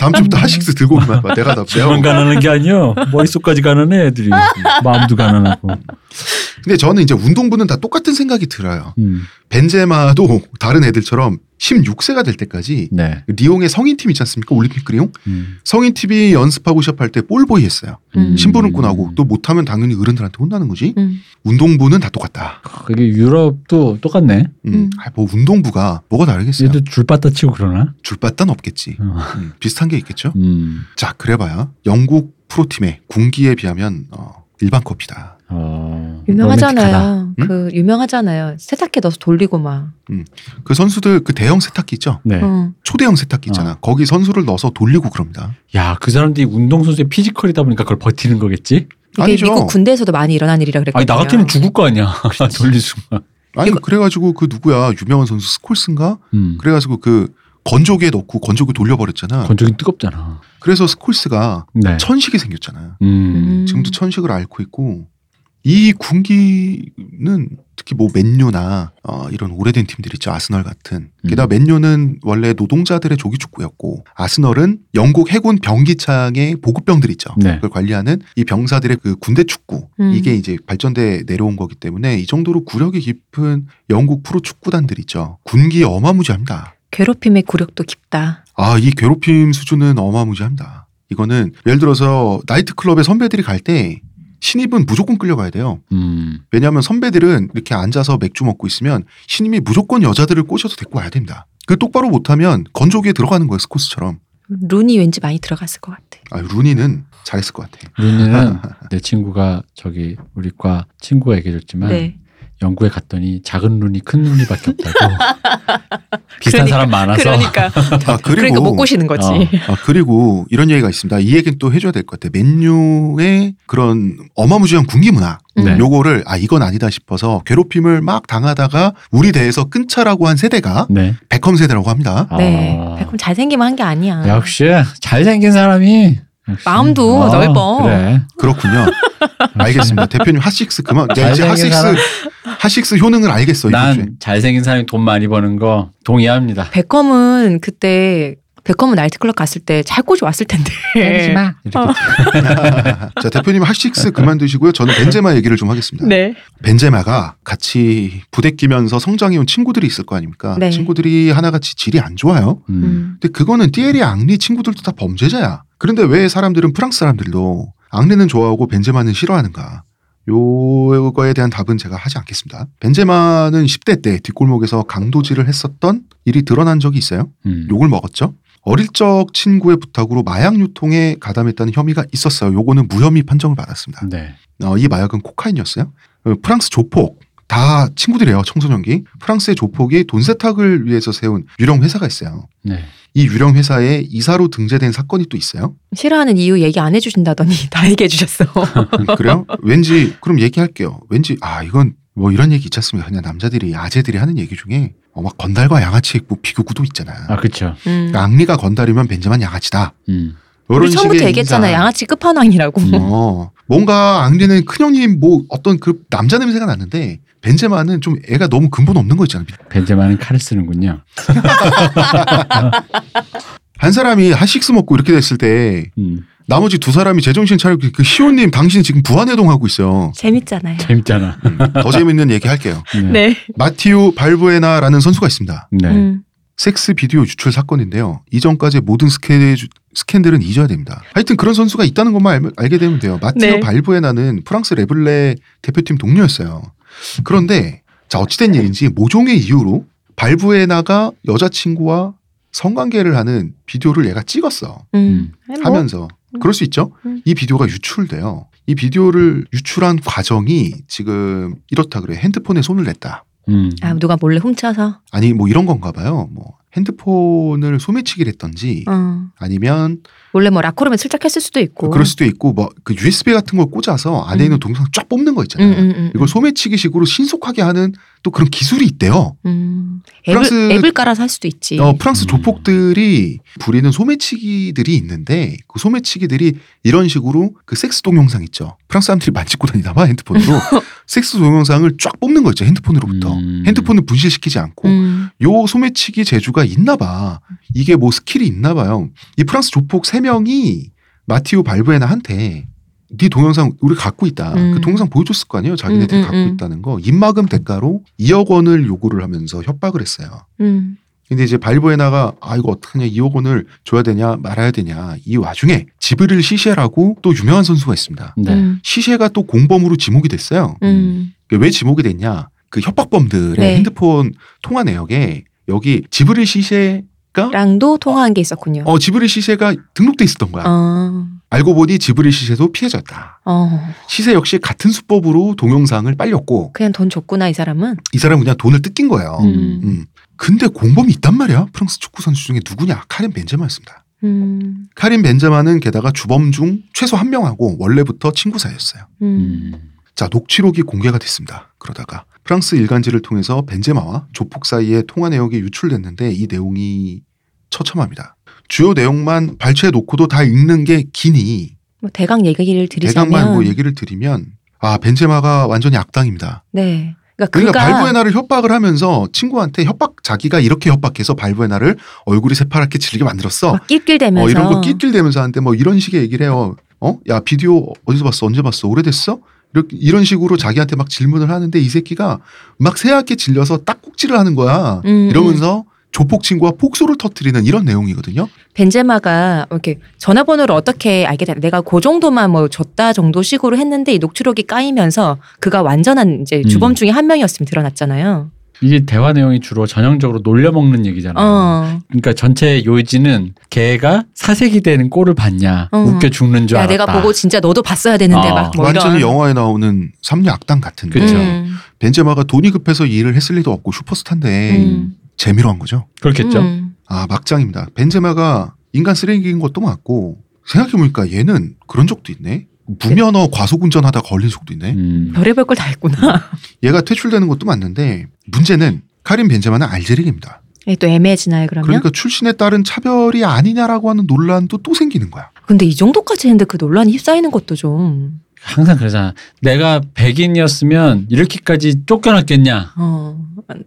S1: 다음 주부터 하식스 들고 오기만 해봐. 내가 다 배워.
S2: 저만 가난한 게 아니요. 머릿속까지 가난해 [LAUGHS] 애들이. 마음도 가난하고.
S1: 근데 저는 이제 운동부는 다 똑같은 생각이 들어요.
S2: 음.
S1: 벤제마도 [LAUGHS] 다른 애들처럼 16세가 될 때까지
S2: 네.
S1: 리옹의 성인팀 있지 않습니까? 올림픽 리옹?
S2: 음.
S1: 성인 TV 연습하고 시합할 때 볼보이 했어요.
S3: 음.
S1: 심부름꾼하고 또 못하면 당연히 어른들한테 혼나는 거지.
S3: 음.
S1: 운동부는 다 똑같다.
S2: 그게 유럽도 똑같네.
S1: 음.
S3: 음.
S1: 아, 뭐 운동부가 뭐가 다르겠어요?
S2: 얘도 줄바다 치고 그러나?
S1: 줄바딴 없겠지.
S2: 어.
S1: 음, 비슷한 게 있겠죠.
S2: 음.
S1: 자, 그래봐야 영국 프로팀의 군기에 비하면 어, 일반 커피다.
S2: 어, 로맨틱하다.
S3: 유명하잖아요.
S1: 음?
S3: 그 유명하잖아요. 세탁기 넣어서 돌리고 막.
S1: 그 선수들 그 대형 세탁기 있죠.
S2: 네.
S3: 어.
S1: 초대형 세탁기 있잖아. 거기 선수를 넣어서 돌리고 그럽니다.
S2: 야, 그 사람들이 운동선수의 피지컬이다 보니까 그걸 버티는 거겠지?
S3: 이게
S1: 아니죠.
S3: 미국 군대에서도 많이 일어난 일이라 그랬거든요.
S2: 아니, 나 같으면 죽을 거 아니야. [LAUGHS] 돌릴 순간.
S1: 아니
S3: 이거-
S1: 그래가지고 그 누구야 유명한 선수 스콜슨가
S2: 음.
S1: 그래가지고 그 건조기에 넣고 건조기 돌려버렸잖아.
S2: 건조기 뜨겁잖아.
S1: 그래서 스콜스가
S2: 네.
S1: 천식이 생겼잖아.
S2: 음.
S3: 음.
S1: 지금도 천식을 앓고 있고 이 군기는 특히 뭐 맨유나 어, 이런 오래된 팀들 있죠 아스널 같은
S2: 음.
S1: 게다가 맨유는 원래 노동자들의 조기 축구였고 아스널은 영국 해군 병기창의 보급병들 있죠
S2: 네.
S1: 그걸 관리하는 이 병사들의 그 군대 축구
S3: 음.
S1: 이게 이제 발전돼 내려온 거기 때문에 이 정도로 구력이 깊은 영국 프로 축구단들 있죠 군기 어마무지합니다
S3: 괴롭힘의 구력도 깊다.
S1: 아, 이 괴롭힘 수준은 어마무지합니다. 이거는 예를 들어서 나이트클럽에 선배들이 갈 때 신입은 무조건 끌려가야 돼요.
S2: 음.
S1: 왜냐하면 선배들은 이렇게 앉아서 맥주 먹고 있으면 신입이 무조건 여자들을 꼬셔서 데리고 와야 됩니다. 그 똑바로 못하면 건조기에 들어가는 거예요, 스코스처럼.
S3: 룬이 왠지 많이 들어갔을 것 같아.
S1: 아, 루니는 잘했을 것 같아.
S2: [LAUGHS] 루니는 내 친구가 저기 우리 과 친구가 얘기해줬지만
S3: 네.
S2: 영국에 갔더니 작은 눈이 큰 눈이밖에
S3: [LAUGHS]
S2: 없다고 비슷한
S3: 그러니까-
S2: 사람 많아서
S3: [LAUGHS] 그러니까
S1: 아, 그리고
S3: 그러니까 못 꼬시는 거지.
S2: 어.
S1: 아, 그리고 이런 얘기가 있습니다. 이 얘기는 또 해줘야 될 것 같아요. 맨유의 그런 어마무지한 군기 문화.
S3: 음.
S2: 네.
S1: 요거를, 아, 이건 아니다 싶어서 괴롭힘을 막 당하다가 우리 대에서 끈차라고 한 세대가
S2: 네.
S1: 베컴 세대라고 합니다.
S3: 네.
S2: 아.
S3: 그럼 잘생기면 한 게 아니야.
S2: 역시 잘생긴 사람이 역시.
S3: 마음도
S2: 어,
S3: 넓어.
S2: 그래. [LAUGHS]
S1: 그렇군요. 알겠습니다. 대표님 핫식스 그만. 야, 이제
S2: 잘생긴
S1: 핫식스,
S2: 사람.
S1: 핫식스 효능을 알겠어. 이번 주에.
S2: 난 잘생긴 사람이 돈 많이 버는 거 동의합니다.
S3: 베컴은 그때 베컴은 나이트클럽 갔을 때 잘 꼬지 왔을 텐데.
S2: 마.
S3: 어.
S2: 이렇게.
S1: 자, 대표님 핫식스 그만두시고요. 저는 벤제마 얘기를 좀 하겠습니다.
S3: [LAUGHS] 네.
S1: 벤제마가 같이 부대끼면서 성장해온 친구들이 있을 거 아닙니까?
S3: 네.
S1: 친구들이 하나같이 질이 안 좋아요.
S2: 음.
S3: 음.
S1: 근데 그거는 띠에리 앙리 친구들도 다 범죄자야. 그런데 왜 사람들은 프랑스 사람들도 앙리는 좋아하고 벤제마는 싫어하는가? 요거에 대한 답은 제가 하지 않겠습니다. 벤제마는 10대 때 뒷골목에서 강도질을 했었던 일이 드러난 적이 있어요.
S2: 음.
S1: 욕을 먹었죠. 어릴 적 친구의 부탁으로 마약 유통에 가담했다는 혐의가 있었어요. 요거는 무혐의 판정을 받았습니다.
S2: 네.
S1: 어, 이 마약은 코카인이었어요. 어, 프랑스 조폭 다 친구들이에요 청소년기. 프랑스의 조폭이 돈 세탁을 위해서 세운 유령 회사가 있어요.
S2: 네.
S1: 이 유령 회사에 이사로 등재된 사건이 또 있어요.
S3: 싫어하는 이유 얘기 안 해주신다더니 [LAUGHS] 다 얘기해 주셨어.
S1: 음, 그래요? 왠지 그럼 얘기할게요. 왠지 아 이건 뭐 이런 얘기 있지 않습니까? 그냥 남자들이 아재들이 하는 얘기 중에 어, 막 건달과 양아치 뭐 비교구도 있잖아.
S2: 아 그렇죠.
S3: 음.
S1: 그러니까 악리가 건달이면 벤제만 양아치다.
S2: 음.
S3: 우리
S1: 이런
S3: 처음부터
S1: 식의
S3: 얘기했잖아.
S1: 인상.
S3: 양아치 끝판왕이라고.
S2: 음.
S1: 어, 뭔가 앙리는 큰형님 뭐 어떤 그 남자 냄새가 났는데 벤제마는 좀 애가 너무 근본 없는 거 있잖아.
S2: 벤제마는 칼을 쓰는군요.
S1: 한 사람이 핫식스 먹고 이렇게 됐을 때
S2: 음.
S1: 나머지 두 사람이 제정신 차리고 그 시온님 당신 지금 부안해동하고 있어요.
S3: [LAUGHS] 재밌잖아요.
S2: 재밌잖아.
S1: 음, 더 재밌는 얘기 할게요.
S2: 네.
S3: 네.
S1: 마티오 발부에나라는 선수가 있습니다.
S2: 네.
S3: 음.
S1: 섹스 비디오 유출 사건인데요. 이전까지 모든 스케, 스캔들은 잊어야 됩니다. 하여튼 그런 선수가 있다는 것만 알, 게 되면 돼요. 마티오
S3: 네.
S1: 발부에나는 프랑스 레블레 대표팀 동료였어요. 그런데 자 어찌된 일인지 모종의 이유로 발부에나가 여자친구와 성관계를 하는 비디오를 얘가 찍었어.
S3: 음. 뭐,
S1: 하면서 그럴 수 있죠.
S3: 음.
S1: 이 비디오가 유출돼요. 이 비디오를 유출한 과정이 지금 이렇다 그래. 요 핸드폰에 손을 냈다.
S2: 음.
S3: 아, 누가 몰래 훔쳐서.
S1: 아니 뭐 이런 건가 봐요. 뭐 핸드폰을 소매치기를 했던지
S3: 어.
S1: 아니면
S3: 원래 뭐 라코르면 슬쩍했을 수도 있고.
S1: 그럴 수도 있고 뭐 그 USB 같은 걸 꽂아서 안에 있는
S3: 어. 음.
S1: 동영상 쫙 뽑는 거
S3: 음,
S1: 있잖아요.
S3: 음, 음.
S1: 이걸 소매치기식으로 신속하게 하는 또 그런 기술이 있대요.
S3: 음. 앱을,
S1: 프랑스-
S3: 앱을 깔아서 할 수도 있지.
S1: 어, 프랑스
S2: 음.
S1: 조폭들이 부리는 소매치기들이 있는데 그 소매치기들이 이런 식으로 그 섹스 동영상 있죠. 프랑스 사람들이 만지고 다니다 봐 핸드폰으로
S3: [LAUGHS]
S1: 섹스 동영상을 쫙 뽑는 거 있죠 핸드폰으로부터.
S2: 음.
S1: 핸드폰을 분실시키지 않고
S3: 음.
S1: 요 소매치기 재주가 있나 봐. 이게 뭐 스킬이 있나 봐요. 이 프랑스 조폭 세명이 마티오 발브에나한테 네 동영상 우리 갖고 있다.
S3: 음.
S1: 그 동영상 보여줬을 거 아니에요. 자기네들이
S3: 음, 음,
S1: 갖고
S3: 음.
S1: 있다는 거. 입막음 대가로 2억 원을 요구를 하면서 협박을 했어요.
S3: 음.
S1: 근데 이제 발보에나가 아 이거 어떡하냐 2억 원을 줘야 되냐 말아야 되냐 이 와중에 지브릴 시셰라고 또 유명한 선수가 있습니다.
S2: 네.
S3: 음.
S1: 시셰가 또 공범으로 지목이 됐어요.
S3: 음.
S1: 그왜 지목이 됐냐? 그 협박범들의
S3: 네.
S1: 핸드폰 통화 내역에 여기 지브릴 시셰가
S3: 랑도 통화한 게 있었군요.
S1: 어 지브릴 시셰가 등록돼 있었던 거야.
S3: 어.
S1: 알고 보니 지브릴 시셰도 피해자였다.
S3: 어.
S1: 시셰 역시 같은 수법으로 동영상을 빨렸고
S3: 그냥 돈 줬구나 이 사람은.
S1: 이 사람은 그냥 돈을 뜯긴 거예요.
S2: 음.
S1: 음. 근데 공범이 있단 말이야. 프랑스 축구 선수 중에 누구냐? 카렌 벤제마였습니다.
S3: 음.
S1: 카린 벤제마는 게다가 주범 중 최소 한 명하고 원래부터 친구 사이였어요.
S3: 음. 음.
S2: 음.
S1: 자, 녹취록이 공개가 됐습니다. 그러다가 프랑스 일간지를 통해서 벤제마와 조폭 사이의 통화 내역이 유출됐는데 이 내용이 처참합니다. 주요 내용만 발췌해 놓고도 다 읽는 게 기니
S3: 뭐 대강 얘기를 드리자면
S1: 대강만 뭐 얘기를 드리면 아 벤제마가 완전히 악당입니다.
S3: 네.
S1: 그러니까
S3: 그러니까 그가
S1: 발부에나를 협박을 하면서 친구한테 협박 자기가 이렇게 협박해서 발부에나를 얼굴이 새파랗게 질리게 만들었어.
S3: 막 낄낄대면서
S1: 어, 이런 거 낄낄대면서 하는데 뭐 이런 식의 얘기를 해요. 어? 야, 비디오 어디서 봤어? 언제 봤어? 오래됐어? 이렇게 이런 식으로 자기한테 막 질문을 하는데 이 새끼가 막 새하얗게 질려서 딱꼭질을 하는 거야.
S3: 음,
S1: 이러면서 조폭 친구와 폭소를 터트리는 이런 내용이거든요.
S3: 벤제마가 이렇게 전화번호를 어떻게 알게 됐 내가 그 정도만 뭐 줬다 정도 식으로 했는데 이 녹취록이 까이면서 그가 완전한 이제
S2: 음.
S3: 주범 중에 한 명이었음이 드러났잖아요.
S2: 이게 대화 내용이 주로 전형적으로 놀려먹는 얘기잖아요.
S3: 어.
S2: 그러니까 전체 요지는 걔가 사색이 되는 꼴을 봤냐,
S3: 어.
S2: 웃겨 죽는 줄
S3: 야,
S2: 알았다.
S3: 내가 보고 진짜 너도 봤어야 되는데
S2: 어.
S3: 막뭐
S1: 완전히
S3: 이런.
S1: 영화에 나오는 삼류 악당 같은데
S2: 그쵸.
S3: 음.
S1: 벤제마가 돈이 급해서 이 일을 했을 리도 없고
S2: 예,
S1: 슈퍼스타인데
S3: 음.
S1: 재미로 한 거죠.
S2: 그렇겠죠.
S3: 음.
S1: 아 막장입니다. 벤제마가 인간 쓰레기인 것도 맞고 생각해보니까 얘는 그런 적도 있네. 무면허 과속운전하다 걸린 적도 있네.
S2: 음.
S3: 별의별 걸 다 했구나. [LAUGHS]
S1: 얘가 퇴출되는 것도 맞는데 문제는 카린 벤제마는 알제릭입니다.
S3: 이게 예, 또 애매해지나요 그러면?
S1: 그러니까 출신에 따른 차별이 아니냐라고 하는 논란도 또 생기는 거야.
S3: 근데 이 정도까지 했는데 그 논란이 휩싸이는 것도 좀.
S2: 항상 그러잖아. 내가 백인이었으면 이렇게까지 쫓겨났겠냐.
S3: 어,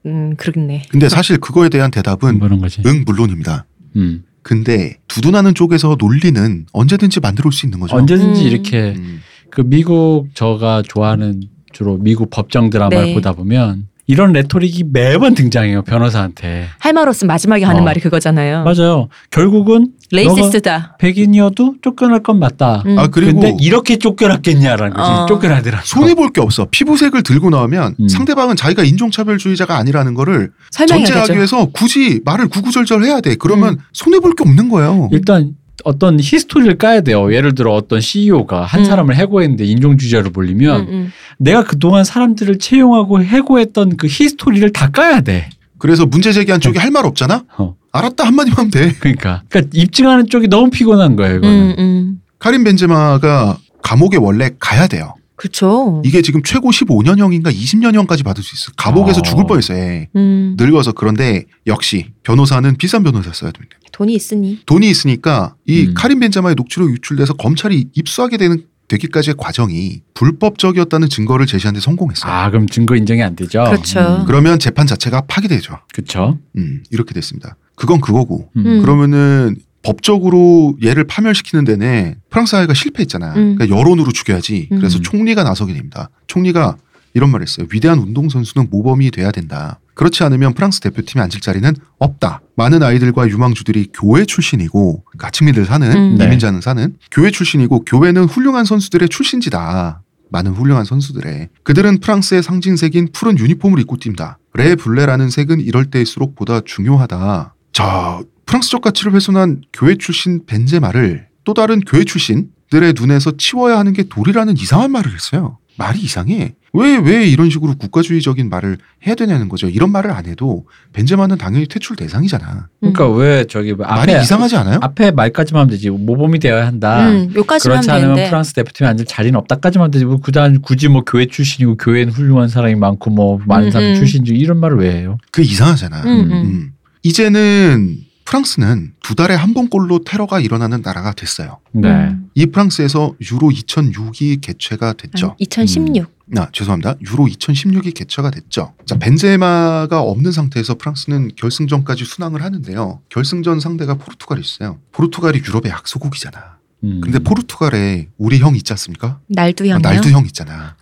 S3: 음, 그렇네.
S1: 근데 사실 그거에 대한 대답은
S3: 음,
S2: 그런 거지.
S3: 네.
S1: 응 물론입니다.
S2: 음.
S1: 근데 두둔하는 쪽에서 논리는 언제든지 만들어 올 수 있는 거죠.
S2: 언제든지
S3: 음.
S2: 이렇게
S1: 음.
S2: 그 미국 저가 좋아하는 주로 미국 법정 드라마를
S3: 네.
S2: 보다 보면 이런 레토릭이 매번 등장해요 변호사한테.
S3: 할 말 없으면 마지막에 하는
S2: 어.
S3: 말이 그거잖아요.
S2: 맞아요. 결국은
S3: 레이시스트다.
S2: 백인이어도 쫓겨날 건 맞다.
S3: 음.
S1: 아
S2: 근데
S1: 그리고
S2: 이렇게 쫓겨났겠냐라는 거지.
S3: 어.
S2: 쫓겨나더라.
S1: 손해 볼 게 없어. 피부색을 들고 나오면
S2: 음.
S1: 상대방은 자기가 인종차별주의자가 아니라는 거를
S3: 설명해야
S1: 전제하기
S3: 되죠. 음.
S1: 위해서 굳이 말을 구구절절해야 돼. 그러면 손해 볼 게 없는 거예요.
S2: [LAUGHS] 일단 어떤 히스토리를 까야 돼요. 예를 들어 어떤 CEO가 한
S3: 음.
S2: 사람을 해고했는데 인종주의자로 몰리면
S3: 음, 음.
S2: 내가 그동안 사람들을 채용하고 해고했던 그 히스토리를 다 까야 돼.
S1: 그래서 문제 제기한 쪽이 할 말 없잖아.
S2: 어.
S1: 알았다 한마디만 하면 돼.
S2: 그러니까. 그러니까 입증하는 쪽이 너무 피곤한 거예요, 이거는.
S3: 음, 음.
S1: 카린 벤제마가 감옥에 원래 가야 돼요.
S3: 그렇죠.
S1: 이게 지금 최고 15년형인가 20년형까지 받을 수 있어. 감옥에서
S2: 어.
S1: 죽을 뻔했어. 애.
S3: 음,
S1: 늙어서 그런데 역시 변호사는 비싼 변호사 써야 됩니다.
S3: 돈이 있으니.
S1: 돈이 있으니까 이
S2: 음.
S1: 카린 벤자마의 녹취록 유출돼서 검찰이 입수하게 되는 되기까지의 과정이 불법적이었다는 증거를 제시하는데 성공했어요.
S2: 아, 그럼 증거 인정이 안 되죠. 음,
S3: 그렇죠.
S1: 그러면 재판 자체가 파기되죠.
S2: 그렇죠.
S1: 음, 이렇게 됐습니다. 그건 그거고.
S2: 음.
S3: 음.
S1: 그러면은 법적으로 얘를 파멸시키는 데는 프랑스 사회가 실패했잖아.
S3: 음.
S1: 그러니까 여론으로 죽여야지.
S3: 음.
S1: 그래서 총리가 나서게 됩니다. 총리가 이런 말을 했어요. 위대한 운동선수는 모범이 돼야 된다. 그렇지 않으면 프랑스 대표팀에 앉을 자리는 없다. 많은 아이들과 유망주들이 교회 출신이고 가칭민들 사는
S3: 음.
S2: 네.
S1: 이민자는 사는 교회 출신이고 교회는 훌륭한 선수들의 출신지다. 많은 훌륭한 선수들의 그들은 프랑스의 상징색인 푸른 유니폼을 입고 뛴다. 레 블레라는 색은 이럴 때일수록 보다 중요하다. 자, 프랑스적 가치를 훼손한 교회 출신 벤제마를 또 다른 교회 출신들의 눈에서 치워야 하는 게 도리라는 이상한 말을 했어요. 말이 이상해. 왜 왜 이런 식으로 국가주의적인 말을 해야 되냐는 거죠. 이런 말을 안 해도 벤제마는 당연히 퇴출 대상이잖아.
S3: 음.
S2: 그러니까 왜 저기 뭐 앞에
S1: 말이 이상하지 않아요?
S2: 앞에 말까지만 하면 되지. 모범이 되어야 한다.
S3: 음, 요까지만
S2: 그렇지
S3: 하면
S2: 않으면
S3: 되는데.
S2: 프랑스 대표팀에 앉을 자리는 없다까지만 하면 되지. 뭐 그다음 굳이 뭐 교회 출신이고 교회는 훌륭한 사람이 많고 뭐 많은
S3: 음,
S2: 사람
S3: 음.
S2: 출신 중 이런 말을 왜 해요?
S1: 그 이상하잖아.
S3: 음, 음.
S1: 음. 이제는 프랑스는 두 달에 한 번꼴로 테러가 일어나는 나라가 됐어요.
S2: 네.
S3: 음.
S1: 이 프랑스에서 유로 2006이 개최가 됐죠.
S2: 그렇죠.
S3: 아, 2016.
S2: 음.
S1: 아, 죄송합니다. 유로 2016이 개최가 됐죠. 자, 벤제마가 없는 상태에서 프랑스는 결승전까지 순항을 하는데요. 결승전 상대가 포르투갈이었어요. 포르투갈이 유럽의 약소국이잖아.
S2: 음.
S1: 근데 포르투갈에 우리 형 있지 않습니까?
S3: 날두
S1: 아,
S3: 양요.
S1: 날두 형 있잖아.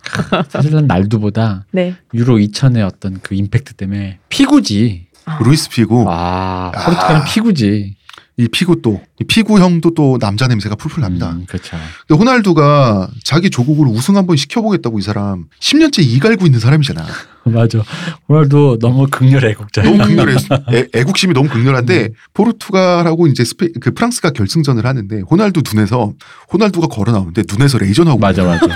S2: 사실 난 날두보다
S3: 네.
S2: 유로 2000의 어떤 그 임팩트 때문에 피구지.
S1: 루이스 피고
S2: 아,
S1: 아.
S2: 포르투갈은 피구지.
S1: 이 피고 또이 피고 형도 또 남자 냄새가 풀풀 납니다.
S2: 음, 그렇죠. [LAUGHS]
S1: 근데 호날두가 자기 조국을 우승 한번 시켜보겠다고 이 사람 10년째 이갈고 있는 사람이잖아.
S2: 맞아. 호날두 너무 극렬 애국자.
S1: 너무 극렬해.
S2: [LAUGHS]
S1: 애, 애국심이 너무
S2: 네.
S1: 극렬한데 포르투갈하고 이제 스페, 그 프랑스가 결승전을 하는데 호날두 눈에서 호날두가 걸어 나오는데 눈에서 레이저 나오고
S2: 맞아, 맞아.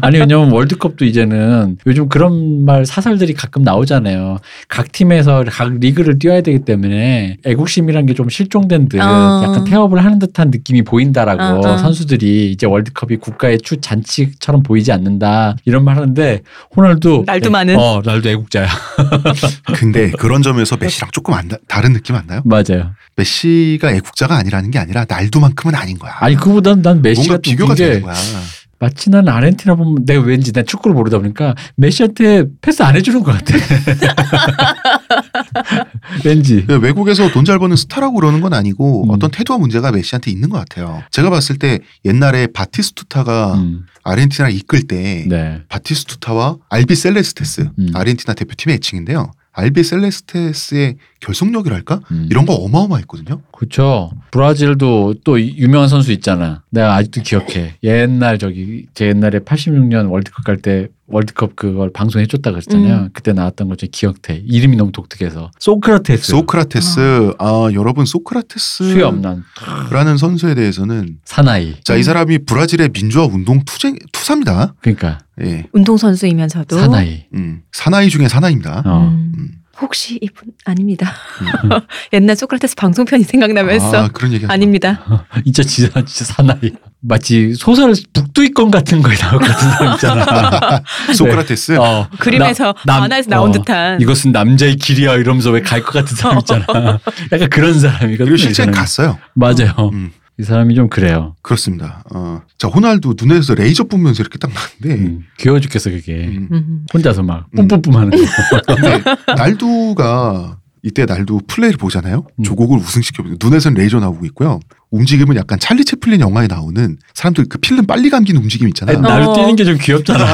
S2: 아니 왜냐면 월드컵도 이제는 요즘 그런 말 사설들이 가끔 나오잖아요. 각 팀에서 각 리그를 뛰어야 되기 때문에 애국심이란 게 좀 실종된 듯
S3: 어.
S2: 약간 태업을 하는 듯한 느낌이 보인다라고
S3: 어, 어.
S2: 선수들이 이제 월드컵이 국가의 추 잔치처럼 보이지 않는다 이런 말 하는데 호날두
S3: 날도 많은.
S2: 어 날도 애국자야. [LAUGHS]
S1: 근데 그런 점에서 메시랑 조금 안 다, 다른 느낌 안 나요?
S2: 맞아요.
S1: 메시가 애국자가 아니라는 게 아니라 날두만큼은 아닌 거야.
S2: 아니 그보단 난 메시가
S1: 뭔가
S2: 또
S1: 비교가
S2: 웃긴 게
S1: 되는 거야.
S2: 마치 난 아르헨티나 보면 내가 왠지 난 축구를 모르다 보니까 메시한테 패스 안 해주는 것 같아. [LAUGHS] 왠지.
S1: 외국에서 돈 잘 버는 스타라고 그러는 건 아니고
S2: 음.
S1: 어떤 태도와 문제가 메시한테 있는 것 같아요. 제가 봤을 때 옛날에 바티스투타가
S2: 음,
S1: 아르헨티나를 이끌 때
S2: 네.
S1: 바티스투타와 알비 셀레스테스
S2: 음.
S1: 아르헨티나 대표팀의 애칭인데요. 알비 셀레스테스의 결속력이랄까
S2: 음.
S1: 이런 거 어마어마했거든요.
S2: 그렇죠. 브라질도 또 이- 유명한 선수 있잖아. 내가 아직도 기억해. 옛날 저기 제 옛날에 86년 월드컵 갈 때 월드컵 그걸 방송해 줬다 그랬잖아요.
S3: 음.
S2: 그때 나왔던 것 중에 기억태 이름이 너무 독특해서 소크라테스
S1: 소크라테스 아 여러분 소크라테스
S2: 수염난 음.
S1: 라는 선수에 대해서는
S2: 사나이
S1: 자 이 사람이 브라질의 민주화 운동 투쟁 투사입니다.
S2: 그러니까
S1: 예.
S3: 운동선수이면서도.
S2: 사나이
S1: 음. 사나이 중에 사나이입니다.
S2: 어. 음.
S3: 음.
S1: 음.
S3: 혹시 이분 아닙니다. [LAUGHS] 옛날 소크라테스 방송편이 생각나면서
S1: 아, 그런 얘기 하지 마.
S3: 아, 닙니다
S2: 진짜 진짜 진짜 사나이 마치 소설 북두이권 같은 거에 나올 것 같은 사람 [LAUGHS] 있잖아.
S1: [LAUGHS] 소크라테스
S2: 어,
S3: 그림에서
S2: 남-
S3: 만화에서 나온
S2: 어,
S3: 듯한.
S2: 이것은 남자의 길이야 이러면서 왜 갈 것 같은 사람
S3: [LAUGHS]
S2: 있잖아. 약간 그런 사람이거든요.
S1: 그리고
S2: 이
S1: 실제
S2: 사람이.
S1: 갔어요.
S2: 맞아요.
S1: 음.
S2: 이 사람이 좀 그래요.
S1: 그렇습니다. 어. 자 호날두 눈에서 레이저 뿜면서 이렇게 딱 나는데
S2: 음, 네. 귀여워 죽겠어 그게.
S1: 음.
S3: 음.
S2: 혼자서 막
S1: 음.
S2: 뿜뿜뿜 하는 거.
S1: 근데 날두가 이때 날두 플레이를 보잖아요.
S2: 음.
S1: 조국을 우승시켜보고 눈에선 레이저 나오고 있고요. 움직임은 약간 찰리 채플린 영화에 나오는 사람들 그 필름 빨리 감긴 움직임 있잖아요.
S2: [LAUGHS] 아니, 나를
S3: 어.
S2: 뛰는 게 좀 귀엽잖아.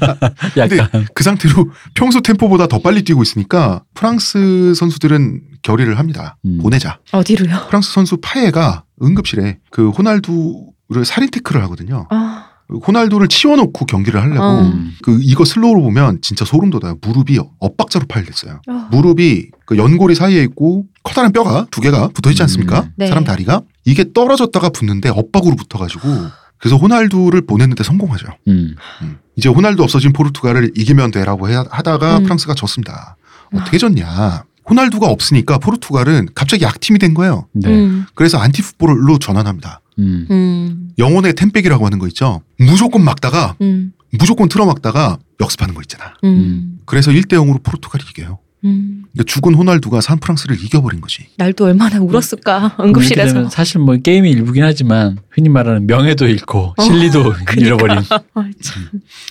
S2: [LAUGHS] 약간
S1: 그 상태로 평소 템포보다 더 빨리 뛰고 있으니까 프랑스 선수들은 결의를 합니다.
S2: 음.
S1: 보내자.
S3: 어디로요?
S1: 프랑스 선수 파예가 응급실에 그 호날두를 살인 테크를 하거든요.
S3: 아,
S1: 호날두를 치워놓고 경기를 하려고
S3: 어.
S2: 음.
S1: 그 이거 슬로우로 보면 진짜 소름 돋아요. 무릎이 엇박자로 파열됐어요.
S3: 어.
S1: 무릎이 그 연골이 사이에 있고 커다란 뼈가 두 개가 붙어 있지 않습니까?
S2: 음.
S3: 네.
S1: 사람 다리가 이게 떨어졌다가 붙는데 엇박으로 붙어가지고 그래서 호날두를 보냈는데 성공하죠.
S2: 음.
S1: 음. 이제 호날두 없어진 포르투갈을 이기면 되라고 해- 하다가
S3: 음. 아.
S1: 프랑스가 졌습니다. 어떻게 졌냐? 호날두가 없으니까 포르투갈은 갑자기 약팀이 된 거예요.
S2: 네. 음.
S3: 음.
S1: 그래서 안티풋볼로 전환합니다.
S3: 음.
S1: 영혼의 템백이라고 하는 거 있죠. 무조건 막다가
S3: 음.
S1: 무조건 틀어막다가 역습하는 거 있잖아.
S3: 음.
S1: 그래서 1대 0으로 포르투갈이 이겨요.
S3: 음.
S1: 근데 죽은 호날두가 산 프랑스를 이겨버린 거지.
S3: 날도 얼마나
S2: 음.
S3: 울었을까
S2: 이렇게
S3: 응급실에서
S2: 되면 사실 뭐 게임의 일부긴 하지만 흔히 말하는 명예도 잃고
S3: 어.
S2: 실리도
S3: [LAUGHS]
S2: 잃어버린
S3: 아, 참.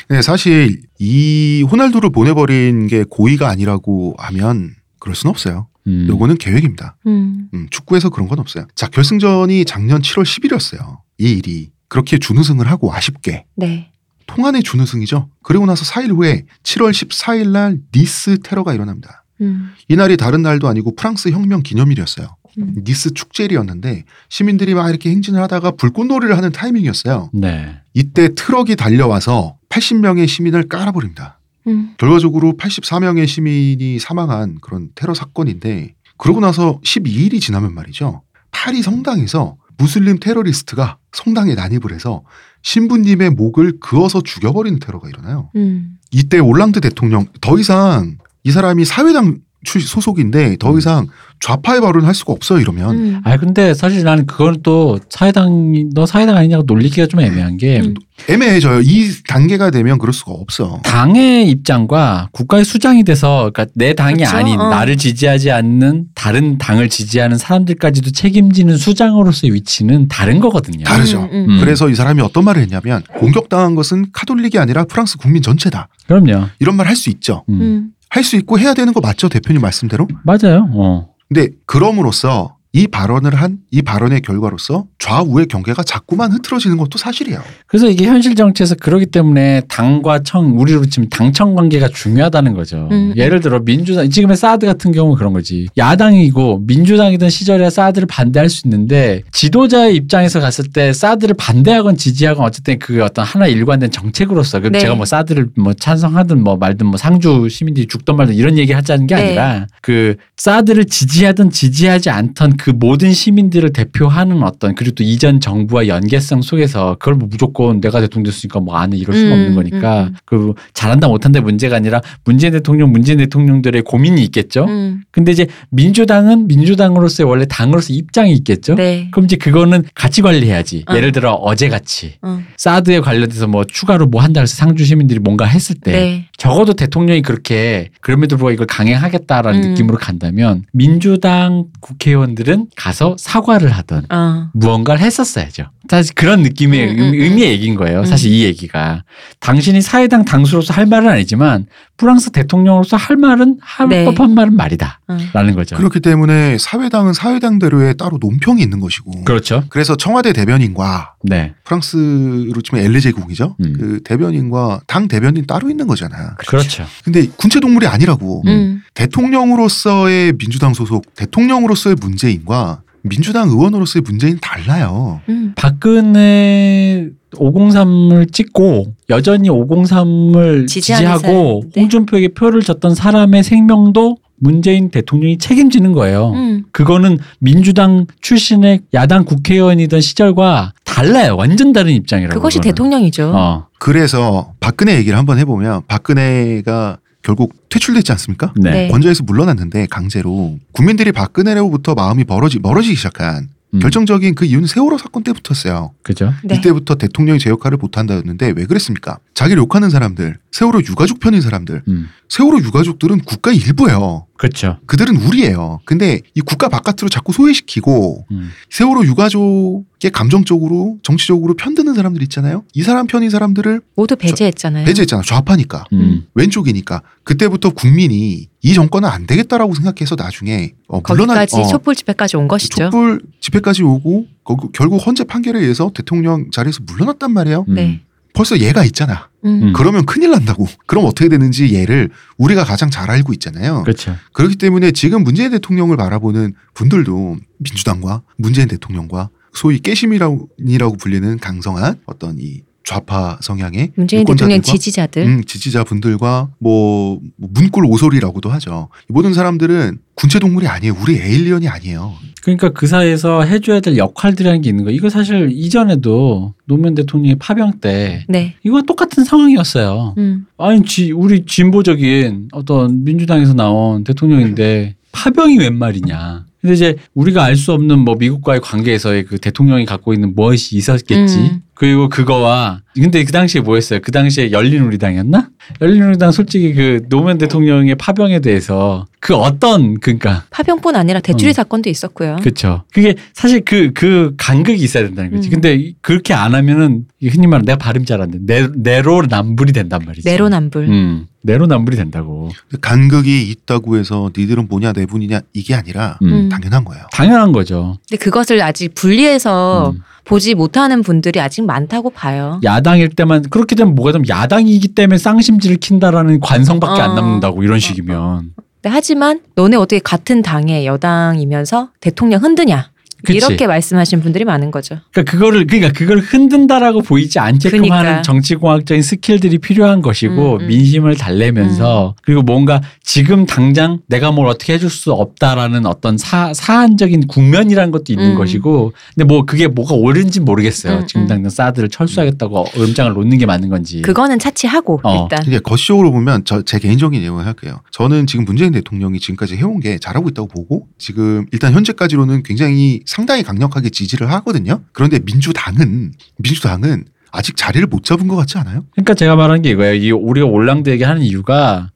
S1: 네, 사실 이 호날두를 보내버린 게 고의가 아니라고 하면 그럴 순 없어요.
S2: 음.
S1: 요거는 계획입니다.
S3: 음.
S1: 음, 축구에서 그런 건 없어요. 자, 결승전이 작년 7월 10일이었어요. 이 일이. 그렇게 준우승을 하고 아쉽게.
S3: 네.
S1: 통안의 준우승이죠. 그리고 나서 4일 후에 7월 14일 날 니스 테러가 일어납니다.
S3: 음.
S1: 이날이 다른 날도 아니고 프랑스 혁명 기념일이었어요.
S3: 음.
S1: 니스 축제일이었는데 시민들이 막 이렇게 행진을 하다가 불꽃놀이를 하는 타이밍이었어요.
S2: 네.
S1: 이때 트럭이 달려와서 80명의 시민을 깔아버립니다.
S3: 음.
S1: 결과적으로 84명의 시민이 사망한 그런 테러 사건인데 그러고 나서 12일이 지나면 말이죠. 파리 성당에서 무슬림 테러리스트가 성당에 난입을 해서 신부님의 목을 그어서 죽여버리는 테러가 일어나요.
S3: 음.
S1: 이때 올랑드 대통령 더 이상 이 사람이 사회당 출- 소속인데
S2: 음.
S1: 더 이상 좌파의 발언을 할 수가 없어요 이러면
S3: 음.
S2: 아 근데 사실 나는 그걸 또 사회당 너 사회당 아니냐고 놀리기가 좀 애매한 게
S3: 음.
S1: 애매해져요 이 단계가 되면 그럴 수가 없어
S2: 음. 당의 입장과 국가의 수장이 돼서 그러니까 내 당이
S3: 그렇죠?
S2: 아닌
S3: 어.
S2: 나를 지지하지 않는 다른 당을 지지하는 사람들까지도 책임지는 수장으로서의 위치는 다른 거거든요.
S1: 다르죠
S3: 음,
S2: 음.
S1: 그래서 이 사람이 어떤 말을 했냐면 공격당한 것은 카톨릭이 아니라 프랑스 국민 전체다
S2: 그럼요.
S1: 이런 말 할 수 있죠
S2: 음.
S3: 음.
S1: 할 수 있고 해야 되는 거 맞죠 대표님 말씀대로
S2: 맞아요. 어.
S1: 근데 그럼으로써 이 발언을 한 이 발언의 결과로서 좌우의 경계가 자꾸만 흐트러지는 것도 사실이에요
S2: 그래서 이게 현실 정치에서 그러기 때문에 당과 청 우리로 치면 당청 관계가 중요하다는 거죠.
S3: 음.
S2: 예를 들어 민주당 지금의 사드 같은 경우 는 그런 거지. 야당이고 민주당이던 시절에 사드를 반대할 수 있는데 지도자의 입장에서 갔을 때 사드를 반대하건 지지하건 어쨌든 그게 어떤 하나 일관된 정책으로서 그
S3: 네.
S2: 제가 뭐 사드를 뭐 찬성하든 뭐 말든 뭐 상주 시민들이 죽든 말든 이런 얘기 하자는 게
S3: 네.
S2: 아니라 그 사드를 지지하든 지지하지 않던 그 모든 시민들을 대표하는 어떤 그리고 또 이전 정부와 연계성 속에서 그걸 뭐 무조건 내가 대통령 됐으니까 뭐 안해 이럴 수가
S3: 음,
S2: 없는 거니까
S3: 음, 음.
S2: 그 잘한다 못한다 문제가 아니라 문재인 대통령 문재인 대통령들의 고민이 있겠죠.
S3: 음.
S2: 근데 이제 민주당은 민주당으로서의 원래 당으로서 입장이 있겠죠.
S3: 네.
S2: 어? 그럼 이제 그거는 같이 관리해야지.
S3: 어.
S2: 예를 들어 어제 같이
S3: 어.
S2: 사드에 관련돼서 뭐 추가로 뭐 한다 해서 상주 시민들이 뭔가 했을 때
S3: 네.
S2: 적어도 대통령이 그렇게 그럼에도 불구하고 이걸 강행하겠다라는
S3: 음.
S2: 느낌으로 간다면 민주당 국회의원들은 가서 사과를 하던
S3: 어.
S2: 무언가를 했었어야죠. 사실 그런 느낌의
S3: 음, 음,
S2: 의-
S3: 음.
S2: 의미의 얘기인 거예요.
S3: 음.
S2: 사실 이 얘기가 당신이 사회당 당수로서 할 말은 아니지만 프랑스 대통령으로서 할 말은 할
S3: 네.
S2: 법한 말은 말이다라는
S3: 어.
S2: 거죠.
S1: 그렇기 때문에 사회당은 사회당대로의 따로 논평이 있는 것이고
S2: 그렇죠.
S1: 그래서 청와대 대변인과
S2: 네.
S1: 프랑스로 치면 엘리제 국이죠.
S2: 음.
S1: 그 대변인과 당 대변인 따로 있는 거잖아.
S2: 그렇죠.
S1: 근데 군체 동물이 아니라고
S3: 음.
S1: 대통령으로서의 민주당 소속 대통령으로서의 문재인과 민주당 의원으로서의 문재인 달라요.
S3: 음.
S2: 박근혜 503을 찍고 여전히 503을
S3: 지지하는
S2: 지지하고
S3: 사람인데.
S2: 홍준표에게 표를 줬던 사람의 생명도 문재인 대통령이 책임지는 거예요.
S3: 음.
S2: 그거는 민주당 출신의 야당 국회의원이던 시절과 달라요. 완전 다른 입장이라고.
S3: 그것이
S2: 그거는.
S3: 대통령이죠.
S2: 어,
S1: 그래서 박근혜 얘기를 한번 해보면 박근혜가 결국 퇴출됐지 않습니까?
S2: 네.
S3: 네.
S1: 권좌에서 물러났는데 강제로 국민들이 박근혜로부터 마음이 멀어지 멀어지기 시작한
S2: 음,
S1: 결정적인 그 이유는 세월호 사건 때부터였어요.
S2: 그죠.
S3: 네.
S1: 이때부터 대통령이 제 역할을 못한다였는데 왜 그랬습니까? 자기를 욕하는 사람들, 세월호 유가족 편인 사람들,
S2: 음,
S1: 세월호 유가족들은 국가의 일부예요.
S2: 그렇죠.
S1: 그들은 우리예요. 근데 이 국가 바깥으로 자꾸 소외시키고
S2: 음,
S1: 세월호 유가족의 감정적으로 정치적으로 편드는 사람들 있잖아요. 이 사람 편인 사람들을
S3: 모두 배제했잖아요.
S1: 배제했잖아. 좌파니까.
S2: 음,
S1: 왼쪽이니까 그때부터 국민이 이 정권은 안 되겠다라고 생각해서 나중에 어, 물러나-
S3: 거기까지
S1: 어,
S3: 촛불 집회까지 온 것이죠.
S1: 촛불 집회까지 오고 거기- 결국 헌재 판결에 의해서 대통령 자리에서 물러났단 말이에요.
S2: 음.
S3: 네.
S1: 벌써 얘가 있잖아.
S3: 음.
S2: 음.
S1: 그러면 큰일 난다고. 그럼 어떻게 되는지 얘를 우리가 가장 잘 알고 있잖아요.
S2: 그렇죠.
S1: 그렇기 때문에 지금 문재인 대통령을 바라보는 분들도 민주당과 문재인 대통령과 소위 깨심이라고 이라고 불리는 강성한 어떤 이 좌파 성향의
S3: 문재인
S1: 유권자들과
S3: 대통령 지지자들.
S1: 음, 지지자분들과 뭐 문골 오소리라고도 하죠. 이 모든 사람들은 군체 동물이 아니에요. 우리 에일리언이 아니에요.
S2: 그러니까 그 사이에서 해줘야 될 역할들이라는 게 있는 거예요. 이거 사실 이전에도 노무현 대통령의 파병 때
S3: 네.
S2: 이거 똑같은 상황이었어요.
S3: 음.
S2: 아니, 지- 우리 진보적인 어떤 민주당에서 나온 대통령인데 파병이 웬 말이냐. 근데 이제 우리가 알 수 없는 뭐 미국과의 관계에서의 그 대통령이 갖고 있는 무엇이 있었겠지.
S3: 음.
S2: 그리고 그거와 근데 그 당시에 뭐였어요? 그 당시에 열린우리당이었나? 열린우리당 솔직히 그 노무현 대통령의 파병에 대해서 그 어떤 그러니까
S3: 파병뿐 아니라 대출이
S2: 음.
S3: 사건도 있었고요.
S2: 그렇죠. 그게 사실 그, 그 간극이 있어야 된다는 거지.
S3: 음.
S2: 근데 이- 그렇게 안 하면은 이게 흔히 말하는 내가 발음 잘 안 돼. 내, 내로남불이 된단 말이지.
S3: 내로남불.
S2: 음. 내로남불이 된다고.
S1: 간극이 있다고 해서 니들은 뭐냐 내 분이냐 이게 아니라
S2: 음.
S3: 음.
S1: 당연한 거예요.
S2: 당연한 거죠.
S3: 근데 그것을 아직 분리해서
S2: 음.
S3: 보지 못하는 분들이 아직 많다고 봐요.
S2: 야당일 때만 그렇게 되면 뭐가 되면 야당이기 때문에 쌍심지를 킨다라는 관성밖에
S3: 어.
S2: 안 남는다고 이런 식이면.
S3: 근데 하지만 너네 어떻게 같은 당의 여당이면서 대통령 흔드냐.
S2: 그치.
S3: 이렇게 말씀하신 분들이 많은 거죠.
S2: 그러니까 그거를 그러니까 그걸 흔든다라고 보이지 않게끔
S3: 그러니까.
S2: 하는 정치공학적인 스킬들이 필요한 것이고
S3: 음, 음.
S2: 민심을 달래면서 그리고 뭔가 지금 당장 내가 뭘 어떻게 해줄 수 없다라는 어떤 사, 사안적인 국면이라는 것도 있는
S3: 음.
S2: 것이고 근데 뭐 그게 뭐가 옳은지 모르겠어요
S3: 음,
S2: 지금
S3: 음.
S2: 당장 사드를 철수하겠다고 얼음장을 놓는 게 맞는 건지
S3: 그거는 차치하고
S2: 어.
S3: 일단.
S1: 이게 거시적으로 보면 저, 제 개인적인 내용을 할게요. 저는 지금 문재인 대통령이 지금까지 해온 게 잘하고 있다고 보고 지금 일단 현재까지로는 굉장히 상당히 강력하게 지지를 하거든요. 그런데 민주당은 민주당은 아직 자리를 못 잡은 것 같지 않아요?
S2: 그러니까 제가 말하는 게 이거예요. 이 우리가 올랑드에게 하는 이유가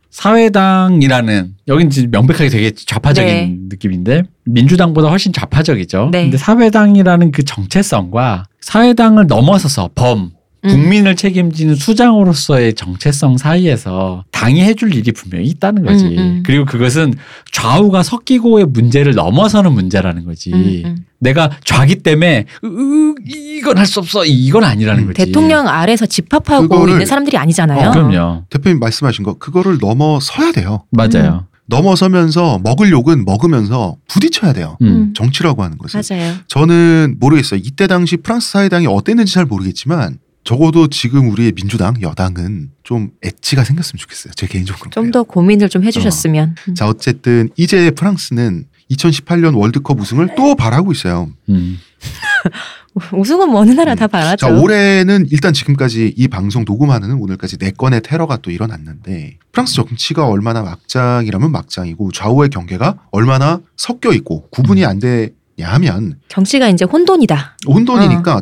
S2: 사회당이라는 여긴 지금 명백하게 되게 좌파적인
S3: 네.
S2: 느낌인데 민주당보다 훨씬 좌파적이죠.
S3: 네.
S2: 근데 사회당이라는 그 정체성과 사회당을 넘어서서 범
S3: 음.
S2: 국민을 책임지는 수장으로서의 정체성 사이에서 당이 해줄 일이 분명히 있다는 거지.
S3: 음, 음.
S2: 그리고 그것은 좌우가 섞이고의 문제를 넘어서는 문제라는 거지.
S3: 음, 음, 음.
S2: 내가 좌기 때문에 으, 으, 이건 할 수 없어 이건 아니라는
S1: 음.
S2: 거지.
S3: 대통령 아래서 집합하고
S1: 그거를-
S3: 있는 사람들이 아니잖아요.
S2: 어, 그럼요.
S1: 대표님 말씀하신 거 그거를 넘어서야 돼요.
S2: 맞아요.
S1: 넘어서면서 먹을 욕은 먹으면서 부딪혀야 돼요.
S2: 음.
S1: 정치라고 하는 것은.
S3: 맞아요.
S1: 저는 모르겠어요. 이때 당시 프랑스 사회당이 어땠는지 잘 모르겠지만 적어도 지금 우리의 민주당 여당은 좀 엣지가 생겼으면 좋겠어요. 제 개인적으로.
S3: 좀 더 고민을 좀 해주셨으면. 음.
S1: 자 어쨌든 이제 프랑스는 2018년 월드컵 우승을 또 바라고 있어요.
S2: 음.
S3: [LAUGHS] 우승은 뭐 어느 나라 다
S1: 음. 자
S3: 바라죠.
S1: 올해는 일단 지금까지 이 방송 녹음하는 오늘까지 네 건의 테러가 또 일어났는데 프랑스 정치가 얼마나 막장이라면 막장이고 좌우의 경계가 얼마나 섞여 있고 구분이 안 되냐 하면
S3: 정치가 이제 혼돈이다.
S1: 혼돈이니까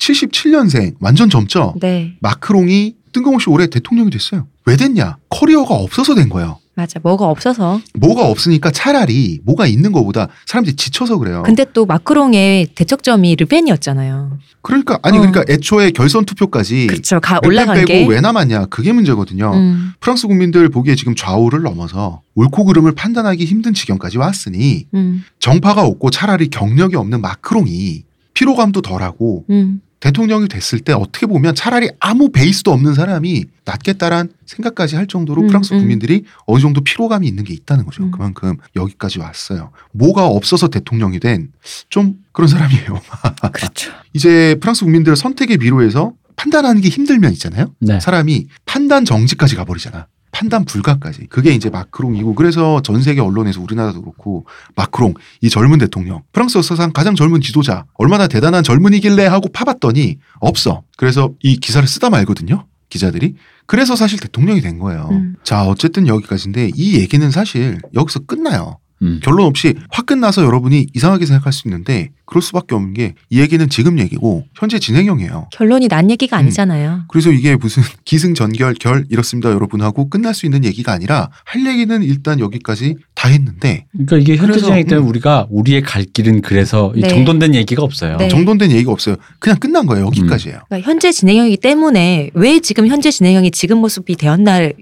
S1: 1977년생 완전 젊죠.
S3: 네,
S1: 마크롱이 뜬금없이 올해 대통령이 됐어요. 왜 됐냐? 커리어가 없어서 된 거예요.
S3: 맞아. 뭐가 없어서.
S1: 뭐가 없으니까 차라리 뭐가 있는 거보다 사람들이 지쳐서 그래요.
S3: 근데 또 마크롱의 대척점이 르펜이었잖아요.
S1: 그러니까 아니
S3: 어.
S1: 그러니까 애초에 결선 투표까지
S3: 그렇죠. 가
S1: 몇명
S3: 올라간
S1: 예. 빼고
S3: 게.
S1: 왜 어. 남았냐 그게 문제거든요.
S3: 음,
S1: 프랑스 국민들 보기에 지금 좌우를 넘어서 옳고 그름을 판단하기 힘든 지경까지 왔으니
S3: 음,
S1: 정파가 없고 차라리 경력이 없는 마크롱이 피로감도 덜하고
S3: 음.
S1: 대통령이 됐을 때 어떻게 보면 차라리 아무 베이스도 없는 사람이 낫겠다란 생각까지 할 정도로
S3: 음,
S1: 프랑스
S3: 음.
S1: 국민들이 어느 정도 피로감이 있는 게 있다는 거죠.
S3: 음.
S1: 그만큼 여기까지 왔어요. 뭐가 없어서 대통령이 된 좀 그런 사람이에요. [LAUGHS]
S3: 그렇죠.
S1: 이제 프랑스 국민들을 선택의 미로에서 판단하는 게 힘들면 있잖아요.
S2: 네.
S1: 사람이 판단 정지까지 가버리잖아. 판단 불가까지. 그게 이제 마크롱이고 그래서 전 세계 언론에서 우리나라도 그렇고 마크롱 이 젊은 대통령 프랑스 역사상 가장 젊은 지도자 얼마나 대단한 젊은이길래 하고 파봤더니 없어. 그래서 이 기사를 쓰다 말거든요. 기자들이. 그래서 사실 대통령이 된 거예요.
S3: 음.
S1: 자 어쨌든 여기까지인데 이 얘기는 사실 여기서 끝나요.
S2: 음.
S1: 결론 없이 확 끝나서 여러분이 이상하게 생각할 수 있는데 그럴 수밖에 없는 게 이 얘기는 지금 얘기고 현재 진행형이에요.
S3: 결론이 난
S1: 음.
S3: 얘기가 아니잖아요.
S1: 그래서 이게 무슨 [LAUGHS] 기승전결 결 이렇습니다 여러분 하고 끝날 수 있는 얘기가 아니라 할 얘기는 일단 여기까지 다 했는데
S2: 그러니까 이게 현재
S1: 그래서,
S2: 진행이 때문에
S1: 음.
S2: 우리가 우리의 갈 길은 그래서 이
S3: 네.
S2: 정돈된 얘기가 없어요.
S3: 네.
S1: 정돈된 얘기가 없어요. 그냥 끝난 거예요 여기까지예요.
S3: 그러니까 현재 진행형이기 때문에 왜 지금 현재 진행형이 지금 모습이 되었나를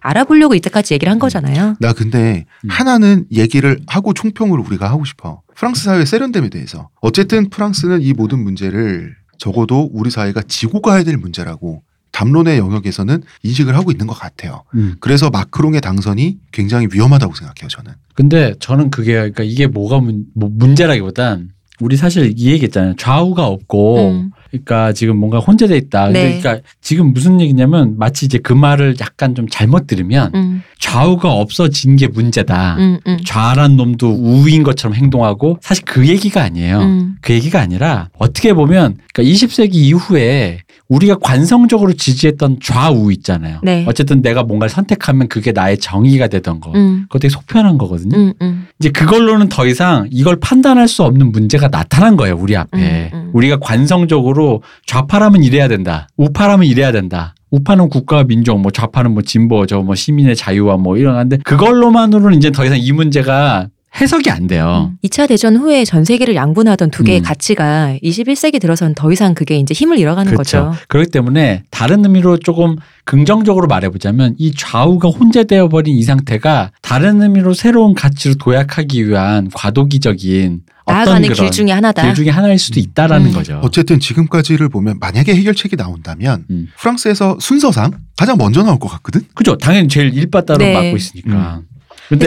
S3: 알아보려고 이때까지 얘기를 한 거잖아요.
S1: 나 근데
S2: 음.
S1: 하나는 얘기를 하고 총평을 우리가 하고 싶어. 프랑스 사회 세련됨에 대해서. 어쨌든 프랑스는 이 모든 문제를 적어도 우리 사회가 지고 가야 될 문제라고 담론의 영역에서는 인식을 하고 있는 것 같아요.
S2: 음.
S1: 그래서 마크롱의 당선이 굉장히 위험하다고 생각해요, 저는.
S2: 근데 저는 그게 그러니까 이게 뭐가 문, 뭐 문제라기보단 우리 사실 이 얘기했잖아요. 좌우가
S1: 어.
S2: 없고
S3: 음.
S2: 그러니까 지금 뭔가 혼재돼 있다. 근데
S3: 네.
S2: 그러니까 지금 무슨 얘기냐면 마치 이제 그 말을 약간 좀 잘못 들으면
S3: 음,
S2: 좌우가 없어진 게 문제다.
S3: 음, 음,
S2: 좌란 놈도 우인 것처럼 행동하고 사실 그 얘기가 아니에요.
S3: 음.
S2: 그 얘기가 아니라 어떻게 보면 그러니까 20세기 이후에 우리가 관성적으로 지지했던 좌우 있잖아요.
S3: 네.
S2: 어쨌든 내가 뭔가를 선택하면 그게 나의 정의가 되던 거.
S3: 음,
S2: 그거 되게 속편한 거거든요.
S3: 음, 음.
S2: 이제 그걸로는 더 이상 이걸 판단할 수 없는 문제가 나타난 거예요, 우리 앞에.
S3: 음, 음.
S2: 우리가 관성적으로 좌파라면 이래야 된다. 우파라면 이래야 된다. 우파는 국가와 민족, 뭐 좌파는 뭐 진보, 저 뭐 시민의 자유와 뭐 이런 건데 그걸로만으로는 이제 더 이상 이 문제가 해석이 안 돼요.
S3: 2차 대전 후에 전 세계를 양분하던 두 개의
S2: 음.
S3: 가치가 21세기 들어선 더 이상 그게 이제 힘을 잃어가는
S2: 그렇죠.
S3: 거죠.
S2: 그렇기 때문에 다른 의미로 조금 긍정적으로 말해보자면 이 좌우가 혼재되어 버린 이 상태가 다른 의미로 새로운 가치로 도약하기 위한 과도기적인 어떤
S3: 나아가는 길
S2: 그런
S3: 중에 하나다.
S2: 길 중에 하나일 수도 있다라는
S3: 음.
S2: 거죠.
S1: 어쨌든 지금까지를 보면 만약에 해결책이 나온다면
S2: 아. 음.
S1: 프랑스에서 순서상 가장 먼저 나올 것 같거든?
S2: 그죠? 당연히 제일 일바따로
S3: 네.
S2: 맡고 있으니까.
S1: 음.
S3: 근데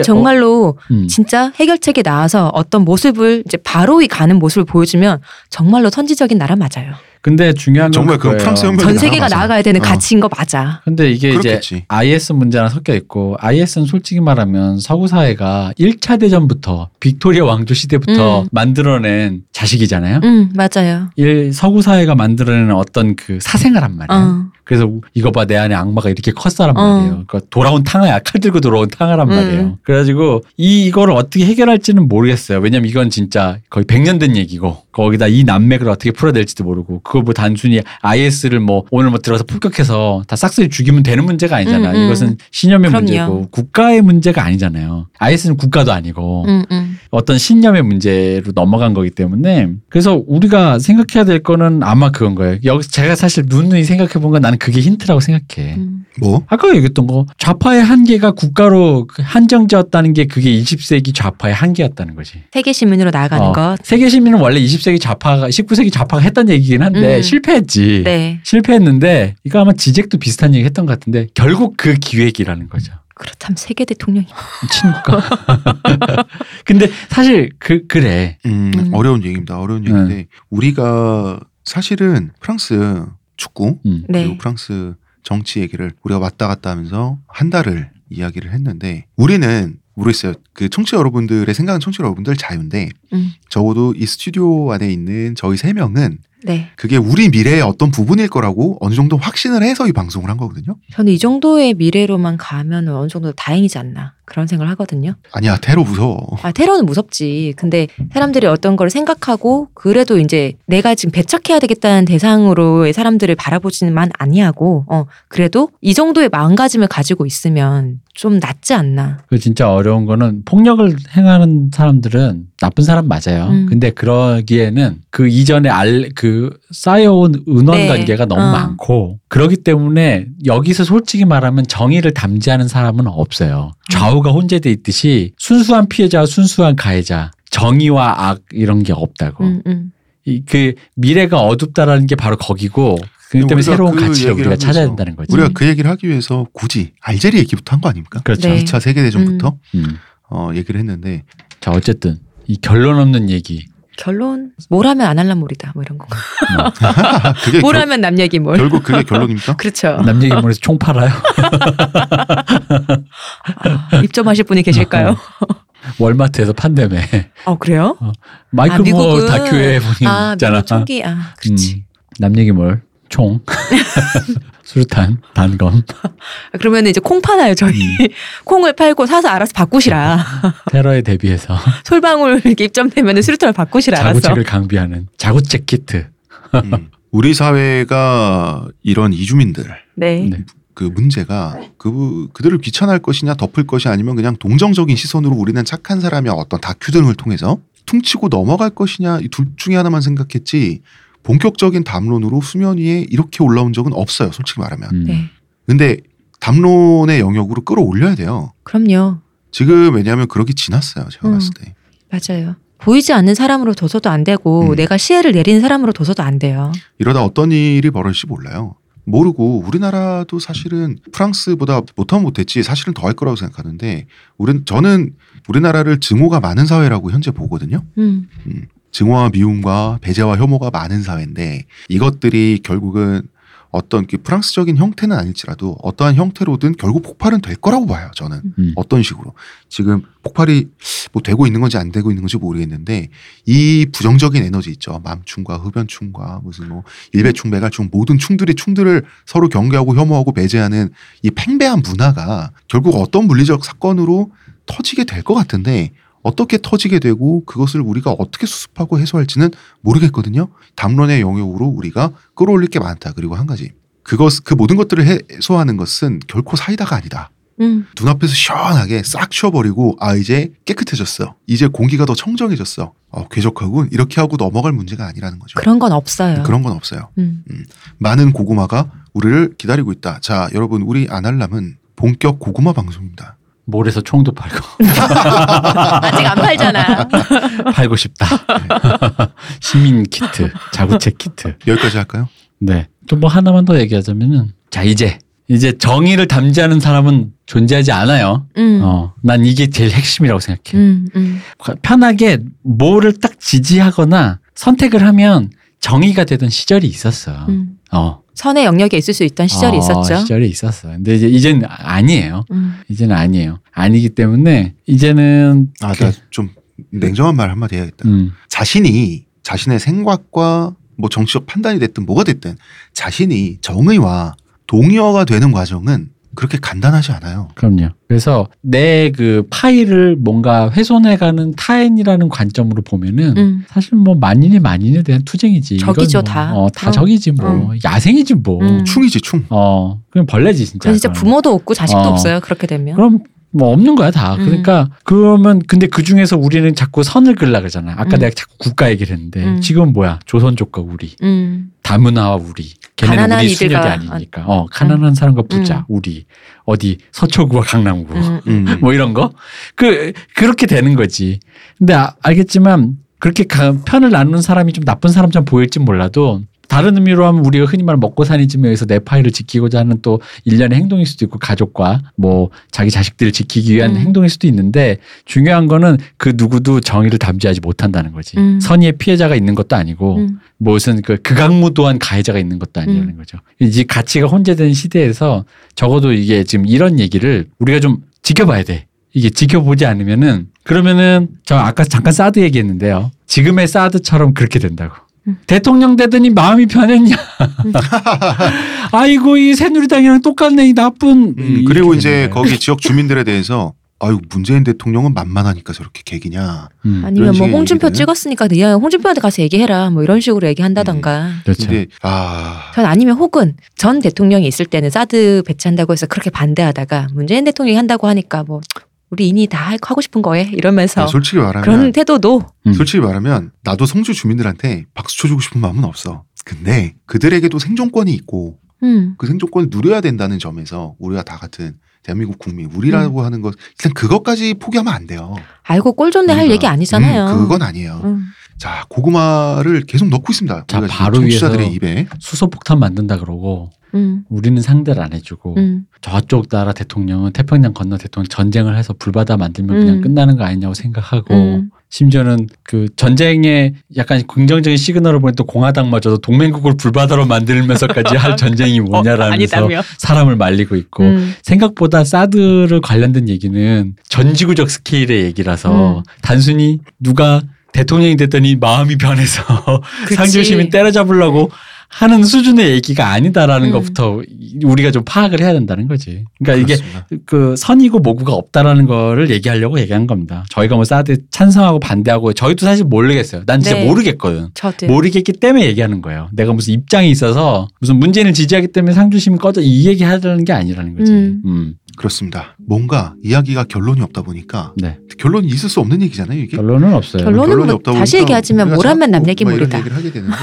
S2: 근데 어,
S3: 정말로
S2: 음.
S3: 진짜 해결책이 나와서 어떤 모습을 이제 바로 이 가는 모습을 보여주면 정말로 선지적인 나라 맞아요.
S2: 근데 중요한 건
S1: 정말 그건
S2: 그거예요.
S1: 프랑스 혁명-
S3: 전
S1: 나라
S3: 세계가
S1: 맞아.
S3: 나아가야 되는
S1: 어.
S3: 가치인 거 맞아.
S2: 근데 예, 이게 이제
S1: 그렇겠지.
S2: IS 문제랑 섞여 있고 IS는 솔직히 말하면 서구 사회가 1차 대전부터 빅토리아 왕조 시대부터
S3: 음.
S2: 만들어낸 자식이잖아요.
S3: 음 맞아요.
S2: 일 서구 사회가 만들어낸 어떤 그 사생아란 말이에요.
S3: 어.
S2: 그래서 우- 이거 봐 내 안에 악마가 이렇게 컸어란
S3: 어.
S2: 말이에요. 그러니까 돌아온 탕아야 칼 들고 돌아온 탕아란
S3: 음.
S2: 말이에요. 그래가지고 이 이걸 어떻게 해결할지는 모르겠어요. 왜냐면 이건 진짜 거의 100년 된 얘기고 거기다 이 난맥을 어떻게 풀어야 될지도 모르고 그거 뭐 단순히 IS를 뭐 오늘 뭐 들어서 폭격해서 다 싹쓸이 죽이면 되는 문제가 아니잖아.
S3: 음, 음.
S2: 이것은 신념의
S3: 그럼요.
S2: 문제고 국가의 문제가 아니잖아요. IS는 국가도 아니고
S3: 음, 음.
S2: 어떤 신념의 문제로 넘어간 거기 때문에 그래서 우리가 생각해야 될 거는 아마 그건 거예요. 여기서 제가 사실 누누이 생각해 본 건 나는 그게 힌트라고 생각해.
S3: 음.
S1: 뭐?
S2: 아까 얘기했던 거 좌파의 한계가 국가로 그 한정되었다는 게 그게 20세기 좌파의 한계였다는 거지.
S3: 세계 시민으로 나아가는
S2: 어,
S3: 것.
S2: 세계 시민은 원래 20세기 좌파가 19세기 좌파가 했던 얘기긴 한데
S3: 음.
S2: 실패했지.
S3: 네
S2: 실패했는데 이거 아마 지젝도 비슷한 얘기 했던 것 같은데 결국 그 기획이라는 거죠.
S3: 그렇다면 세계 대통령이.
S2: 아, 친구가.
S3: [LAUGHS]
S2: [LAUGHS] 근데 사실 그 그래.
S1: 음,
S3: 음.
S1: 어려운 얘기입니다. 어려운
S2: 네.
S1: 얘기인데 우리가 사실은 프랑스 축구
S2: 음.
S1: 그리고
S3: 네.
S1: 프랑스 정치 얘기를 우리가 왔다 갔다 하면서 한 달을 이야기를 했는데 우리는 모르겠어요. 그 청취자 여러분들의 생각은 청취자 여러분들 자유인데
S3: 음.
S1: 적어도 이 스튜디오 안에 있는 저희 세 명은
S3: 네.
S1: 그게 우리 미래의 어떤 부분일 거라고 어느 정도 확신을 해서 이 방송을 한 거거든요.
S3: 저는 이 정도의 미래로만 가면 어느 정도 다행이지 않나 그런 생각을 하거든요.
S1: 아니야 테러 무서워.
S3: 아 테러는 무섭지. 근데 사람들이 어떤 걸 생각하고 그래도 이제 내가 지금 배척해야 되겠다는 대상으로의 사람들을 바라보지만 아니하고 어 그래도 이 정도의 마음가짐을 가지고 있으면 좀 낫지 않나.
S2: 그 진짜 어려운 거는 폭력을 행하는 사람들은 나쁜 사람 맞아요.
S3: 음.
S2: 근데 그러기에는 그 이전에 알, 그 쌓여온 은원
S3: 네.
S2: 관계가 너무
S3: 어.
S2: 많고 그러기 때문에 여기서 솔직히 말하면 정의를 담지하는 사람은 없어요.
S3: 음.
S2: 좌우가 혼재돼 있듯이 순수한 피해자와 순수한 가해자, 정의와 악 이런 게 없다고.
S3: 음, 음.
S2: 이, 그 미래가 어둡다라는 게 바로 거기고 그렇기 때문에
S1: 우리가
S2: 새로운
S1: 그
S2: 가치를
S1: 얘기를
S2: 우리가 찾아야
S1: 하면서
S2: 된다는 거지.
S3: 음.
S1: 우리가 그 얘기를 하기 위해서 굳이 알제리 얘기부터 한 거 아닙니까?
S2: 그렇죠.
S3: 네.
S1: 2차 세계대전부터
S2: 음.
S1: 어, 얘기를 했는데
S2: 자 어쨌든 이 결론 없는 얘기
S3: 결론 뭘 하면 안 할란 몰이다 뭐 이런 거.
S1: 아, 그게
S3: 뭘
S1: 네, 결-
S3: 하면 남 얘기 뭘.
S1: 결국 그게
S3: [LAUGHS]
S1: 결론입니까?
S3: 그렇죠.
S2: 남녀 기물에서 총
S3: [LAUGHS]
S2: 팔아요.
S3: 아, 입점하실 분이 계실까요?
S2: 월마트에서 판다며.
S3: 어 그래요?
S2: 마이클
S3: 아,
S2: 모어
S3: 미국은-
S2: 다큐에 보니
S3: 아
S2: 있잖아.
S3: 미국 총기 아 그렇지.
S2: 음, 남녀 기물
S3: [LAUGHS]
S2: 총 수류탄 단검
S3: 아, 그러면 이제 콩 파나요 저희 [LAUGHS] 콩을 팔고 사서 알아서 바꾸시라
S2: 테러에 대비해서
S3: 솔방울 [LAUGHS] 이렇게 입점되면 수류탄을 바꾸시라 네, 알아서
S2: 자구책을 강비하는 자구책 키트.
S1: 음. 우리 사회가 이런 이주민들
S3: 네.
S2: 네.
S1: 그 문제가 그 그들을 귀찮아할 것이냐 덮을 것이 아니면 그냥 동정적인 시선으로 우리는 착한 사람이 어떤 다큐 등을 통해서 퉁치고 넘어갈 것이냐 이 둘 중에 하나만 생각했지 본격적인 담론으로 수면 위에 이렇게 올라온 적은 없어요 솔직히 말하면
S2: 음.
S3: 네.
S1: 근데 담론의 영역으로 끌어올려야 돼요
S3: 그럼요
S1: 지금 왜냐하면 그러기 지났어요 제가
S3: 음.
S1: 봤을 때
S3: 맞아요 보이지 않는 사람으로 둬서도 안 되고
S1: 음.
S3: 내가 시혜를 내리는 사람으로 둬서도 안 돼요
S1: 이러다 어떤 일이 벌어질지 몰라요. 모르고 우리나라도 사실은 프랑스보다 못하면 못했지 사실은 더 할 거라고 생각하는데 우린 저는 우리나라를 증오가 많은 사회라고 현재 보거든요.
S3: 음.
S1: 증오와 미움과 배제와 혐오가 많은 사회인데 이것들이 결국은 어떤 그 프랑스적인 형태는 아닐지라도 어떠한 형태로든 결국 폭발은 될 거라고 봐요. 저는
S2: 음.
S1: 어떤 식으로 지금 폭발이 뭐 되고 있는 건지 안 되고 있는 건지 모르겠는데 이 부정적인 에너지 있죠. 맘충과 흡연충과 무슨 뭐 일배충 배갈충 모든 충들이 충들을 서로 경계하고 혐오하고 배제하는 이 팽배한 문화가 결국 어떤 물리적 사건으로 터지게 될 것 같은데 어떻게 터지게 되고 그것을 우리가 어떻게 수습하고 해소할지는 모르겠거든요. 담론의 영역으로 우리가 끌어올릴 게 많다. 그리고 한 가지. 그것, 그 모든 것들을 해소하는 것은 결코 사이다가 아니다.
S3: 음.
S1: 눈앞에서 시원하게 싹 쉬어버리고, 아, 이제 깨끗해졌어. 이제 공기가 더 청정해졌어. 어, 쾌적하군. 이렇게 하고 넘어갈 문제가 아니라는 거죠.
S3: 그런 건 없어요
S1: 그런 건 없어요.
S3: 음.
S1: 많은 고구마가 우리를 기다리고 있다. 자, 여러분, 우리 아날람은 본격 고구마 방송입니다.
S2: 몰에서 총도
S3: [LAUGHS]
S2: 팔고
S3: 아직 안 팔잖아
S2: 팔고 싶다. 네. [LAUGHS] 시민 키트, 자구책 키트.
S1: 여기까지 할까요?
S2: 네. 또 뭐 하나만 더 얘기하자면은 자 이제 이제 정의를 담지하는 사람은 존재하지 않아요.
S3: 음.
S2: 어, 난 이게 제일 핵심이라고 생각해. 요
S3: 음, 음.
S2: 편하게 뭐를 딱 지지하거나 선택을 하면 정의가 되던 시절이 있었어.
S3: 음.
S2: 어.
S3: 선의 영역에 있을 수 있던 시절이
S2: 어,
S3: 있었죠
S2: 시절이 있었어. 근데 이제 이젠 아니에요.
S3: 음.
S2: 이제는 아니에요. 아니기 때문에 이제는
S1: 아,
S2: 그-
S1: 나 좀 냉정한 말 한마디 해야겠다.
S2: 음,
S1: 자신이 자신의 생각과 뭐 정치적 판단이 됐든 뭐가 됐든 자신이 정의와 동의어가 되는 과정은 그렇게 간단하지 않아요.
S3: 음.
S2: 그럼요. 그래서 내 그 파일을 뭔가 훼손해가는 타인이라는 관점으로 보면은
S3: 음.
S2: 사실 뭐 만인의 만인에 대한 투쟁이지. 이건
S3: 적이죠,
S2: 뭐,
S3: 다.
S2: 어, 다
S3: 어.
S2: 적이지 뭐. 야생이지 뭐.
S3: 음.
S1: 충이지 충.
S2: 어, 그냥 벌레지 진짜.
S3: 그래서 진짜
S2: 그거는.
S3: 부모도 없고 자식도
S2: 어.
S3: 없어요 그렇게 되면
S2: 그럼 뭐 없는 거야 다.
S3: 음.
S2: 그러니까 그러면 근데 그 중에서 우리는 자꾸 선을 긋라 그러잖아. 아까
S3: 음.
S2: 내가 자꾸 국가 얘기를 했는데
S3: 음.
S2: 지금 뭐야 조선족과 우리
S3: 음.
S2: 다문화와 우리 걔네는
S3: 가난한
S2: 우리 순역이
S3: 이들과-
S2: 아니니까. 어 가난한 사람과 부자
S3: 음.
S2: 우리 어디 서초구와 강남구.
S3: 음.
S1: 음.
S2: 뭐 이런 거? 그, 그렇게 되는 거지. 근데 아- 알겠지만, 그렇게 가- 편을 나누는 사람이 좀 나쁜 사람처럼 보일진 몰라도, 다른 의미로 하면 우리가 흔히 말하는 먹고 사니즘에 의해서 내 파일을 지키고자 하는 또 일련의 행동일 수도 있고 가족과 뭐 자기 자식들을 지키기 위한
S3: 음.
S2: 행동일 수도 있는데 중요한 거는 그 누구도 정의를 담지하지 못한다는 거지.
S3: 음.
S2: 선의의 피해자가 있는 것도 아니고
S3: 음.
S2: 무슨 그 극악무도한 가해자가 있는 것도 아니라는
S3: 음.
S2: 거죠. 이제 가치가 혼재된 시대에서 적어도 이게 지금 이런 얘기를 우리가 좀 지켜봐야 돼. 이게 지켜보지 않으면은 그러면은 저 아까 잠깐 사드 얘기했는데요. 지금의 사드처럼 그렇게 된다고.
S3: 음.
S2: 대통령 되더니 마음이 변했냐? [LAUGHS] 아이고 이 새누리당이랑 똑같네 이 나쁜.
S1: 음, 그리고
S2: 이렇게
S1: 이제
S2: 되는 거예요.
S1: 거기 지역 주민들에 대해서 아유 문재인 대통령은 만만하니까 저렇게 개기냐.
S2: 음,
S3: 아니면 뭐
S1: 식의
S3: 홍준표
S1: 얘기들은?
S3: 찍었으니까 네가 홍준표한테 가서 얘기해라 뭐 이런 식으로 얘기한다던가
S2: 그렇죠.
S1: 근데 아
S3: 전 아니면 혹은 전 대통령이 있을 때는 사드 배치한다고 해서 그렇게 반대하다가 문재인 대통령이 한다고 하니까 뭐 우리 이니 다 할- 하고 싶은 거에 이러면서
S1: 아니, 솔직히 말하면
S3: 그렇죠. 그런 태도도
S2: 음.
S1: 솔직히 말하면 나도 성주 주민들한테 박수 쳐주고 싶은 마음은 없어. 근데 그들에게도 생존권이 있고
S3: 음,
S1: 그 생존권을 누려야 된다는 점에서 우리가 다 같은 대한민국 국민
S3: 음.
S1: 우리라고 하는 것 일단 그것까지 포기하면 안 돼요.
S3: 알고 꼴 좋네 할
S1: 우리가.
S3: 얘기 아니잖아요.
S1: 음, 그건 아니에요.
S3: 음.
S1: 자 고구마를 계속 넣고 있습니다.
S2: 자,
S1: 우리가 지금
S2: 바로
S1: 청취자들의
S2: 위에서.
S1: 입에
S2: 수소폭탄 만든다 그러고
S3: 음,
S2: 우리는 상대를 안 해주고
S3: 음.
S2: 저쪽 나라 대통령은 태평양 건너 대통령 전쟁을 해서 불바다 만들면 그냥
S3: 음.
S2: 끝나는 거 아니냐고 생각하고
S3: 음.
S2: 심지어는 그 전쟁의 약간 긍정적인 시그널을 보낸 또 공화당마저도 동맹국을 불바다로 만들면서까지
S3: [LAUGHS]
S2: 할 전쟁이 뭐냐라면서 뭐 사람을 말리고 있고
S3: 어, 음.
S2: 생각보다 사드를 관련된 얘기는 전 지구적 스케일의 얘기라서
S3: 음.
S2: 단순히 누가 대통령이 됐더니 마음이 변해서
S3: 그치. 네.
S2: 상주시민 때려잡으려고 하는 수준의 얘기가 아니다라는
S3: 음.
S2: 것부터 우리가 좀 파악을 해야 된다는 거지. 그러니까 이게
S1: 그렇습니다.
S2: 그 선이고 모구가 없다라는 거를 얘기하려고 얘기한 겁니다. 저희가 뭐 사드 찬성하고 반대하고 저희도 사실 모르겠어요. 난 진짜
S3: 네.
S2: 모르겠거든.
S3: 저도
S2: 모르겠기 때문에 얘기하는 거예요. 내가 무슨 입장이 있어서 무슨 문재인을 지지하기 때문에 상주심이 꺼져 이 얘기 하자는 게 아니라는 거지.
S3: 음.
S2: 음.
S1: 그렇습니다. 뭔가 이야기가 결론이 없다 보니까
S2: 네.
S1: 결론이 있을 수 없는 얘기잖아요. 이게
S2: 결론은 없어요. [LAUGHS]
S3: 결론- 결론은 뭐 다시 얘기하지만
S1: 우리가
S3: 뭐라면 남
S1: 자꾸
S3: 얘기
S1: 뭐 이런
S3: 모르다.
S1: 얘기를 하게 되는데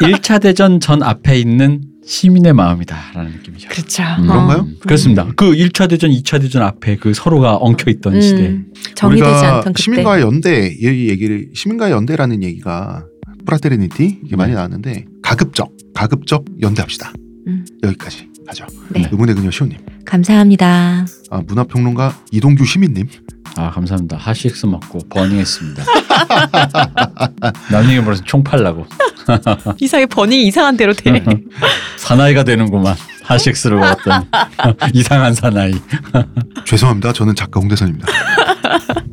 S2: 1차 대전 전 앞에 있는 시민의 마음이다라는 느낌이죠.
S3: 그렇죠.
S2: 음.
S1: 그런가요?
S2: 음. 그렇습니다. 그 1차 대전, 2차 대전 앞에 그 서로가 엉켜 있던 시대.
S3: 음. 정의되지
S1: 우리가
S3: 않던 그때.
S1: 시민과의 연대 이 얘기를 시민과의 연대라는 얘기가 프라테르니티 이게 많이
S2: 네.
S1: 나왔는데 가급적 가급적 연대합시다.
S3: 음.
S1: 여기까지 하죠.
S3: 네.
S1: 의문의 그녀 시호님,
S3: 감사합니다.
S1: 아, 문화평론가 이동규 시민님,
S2: 아, 감사합니다. 하시엑스 먹고 [LAUGHS] 버닝했습니다. 남에게 물어서 총 팔라고.
S3: 이상해 버닝이 이상한 대로 돼.
S2: 사나이가 되는구만. 하식스를 먹었더니 [LAUGHS] 이상한 사나이.
S1: 죄송합니다. 저는 작가 홍대선입니다.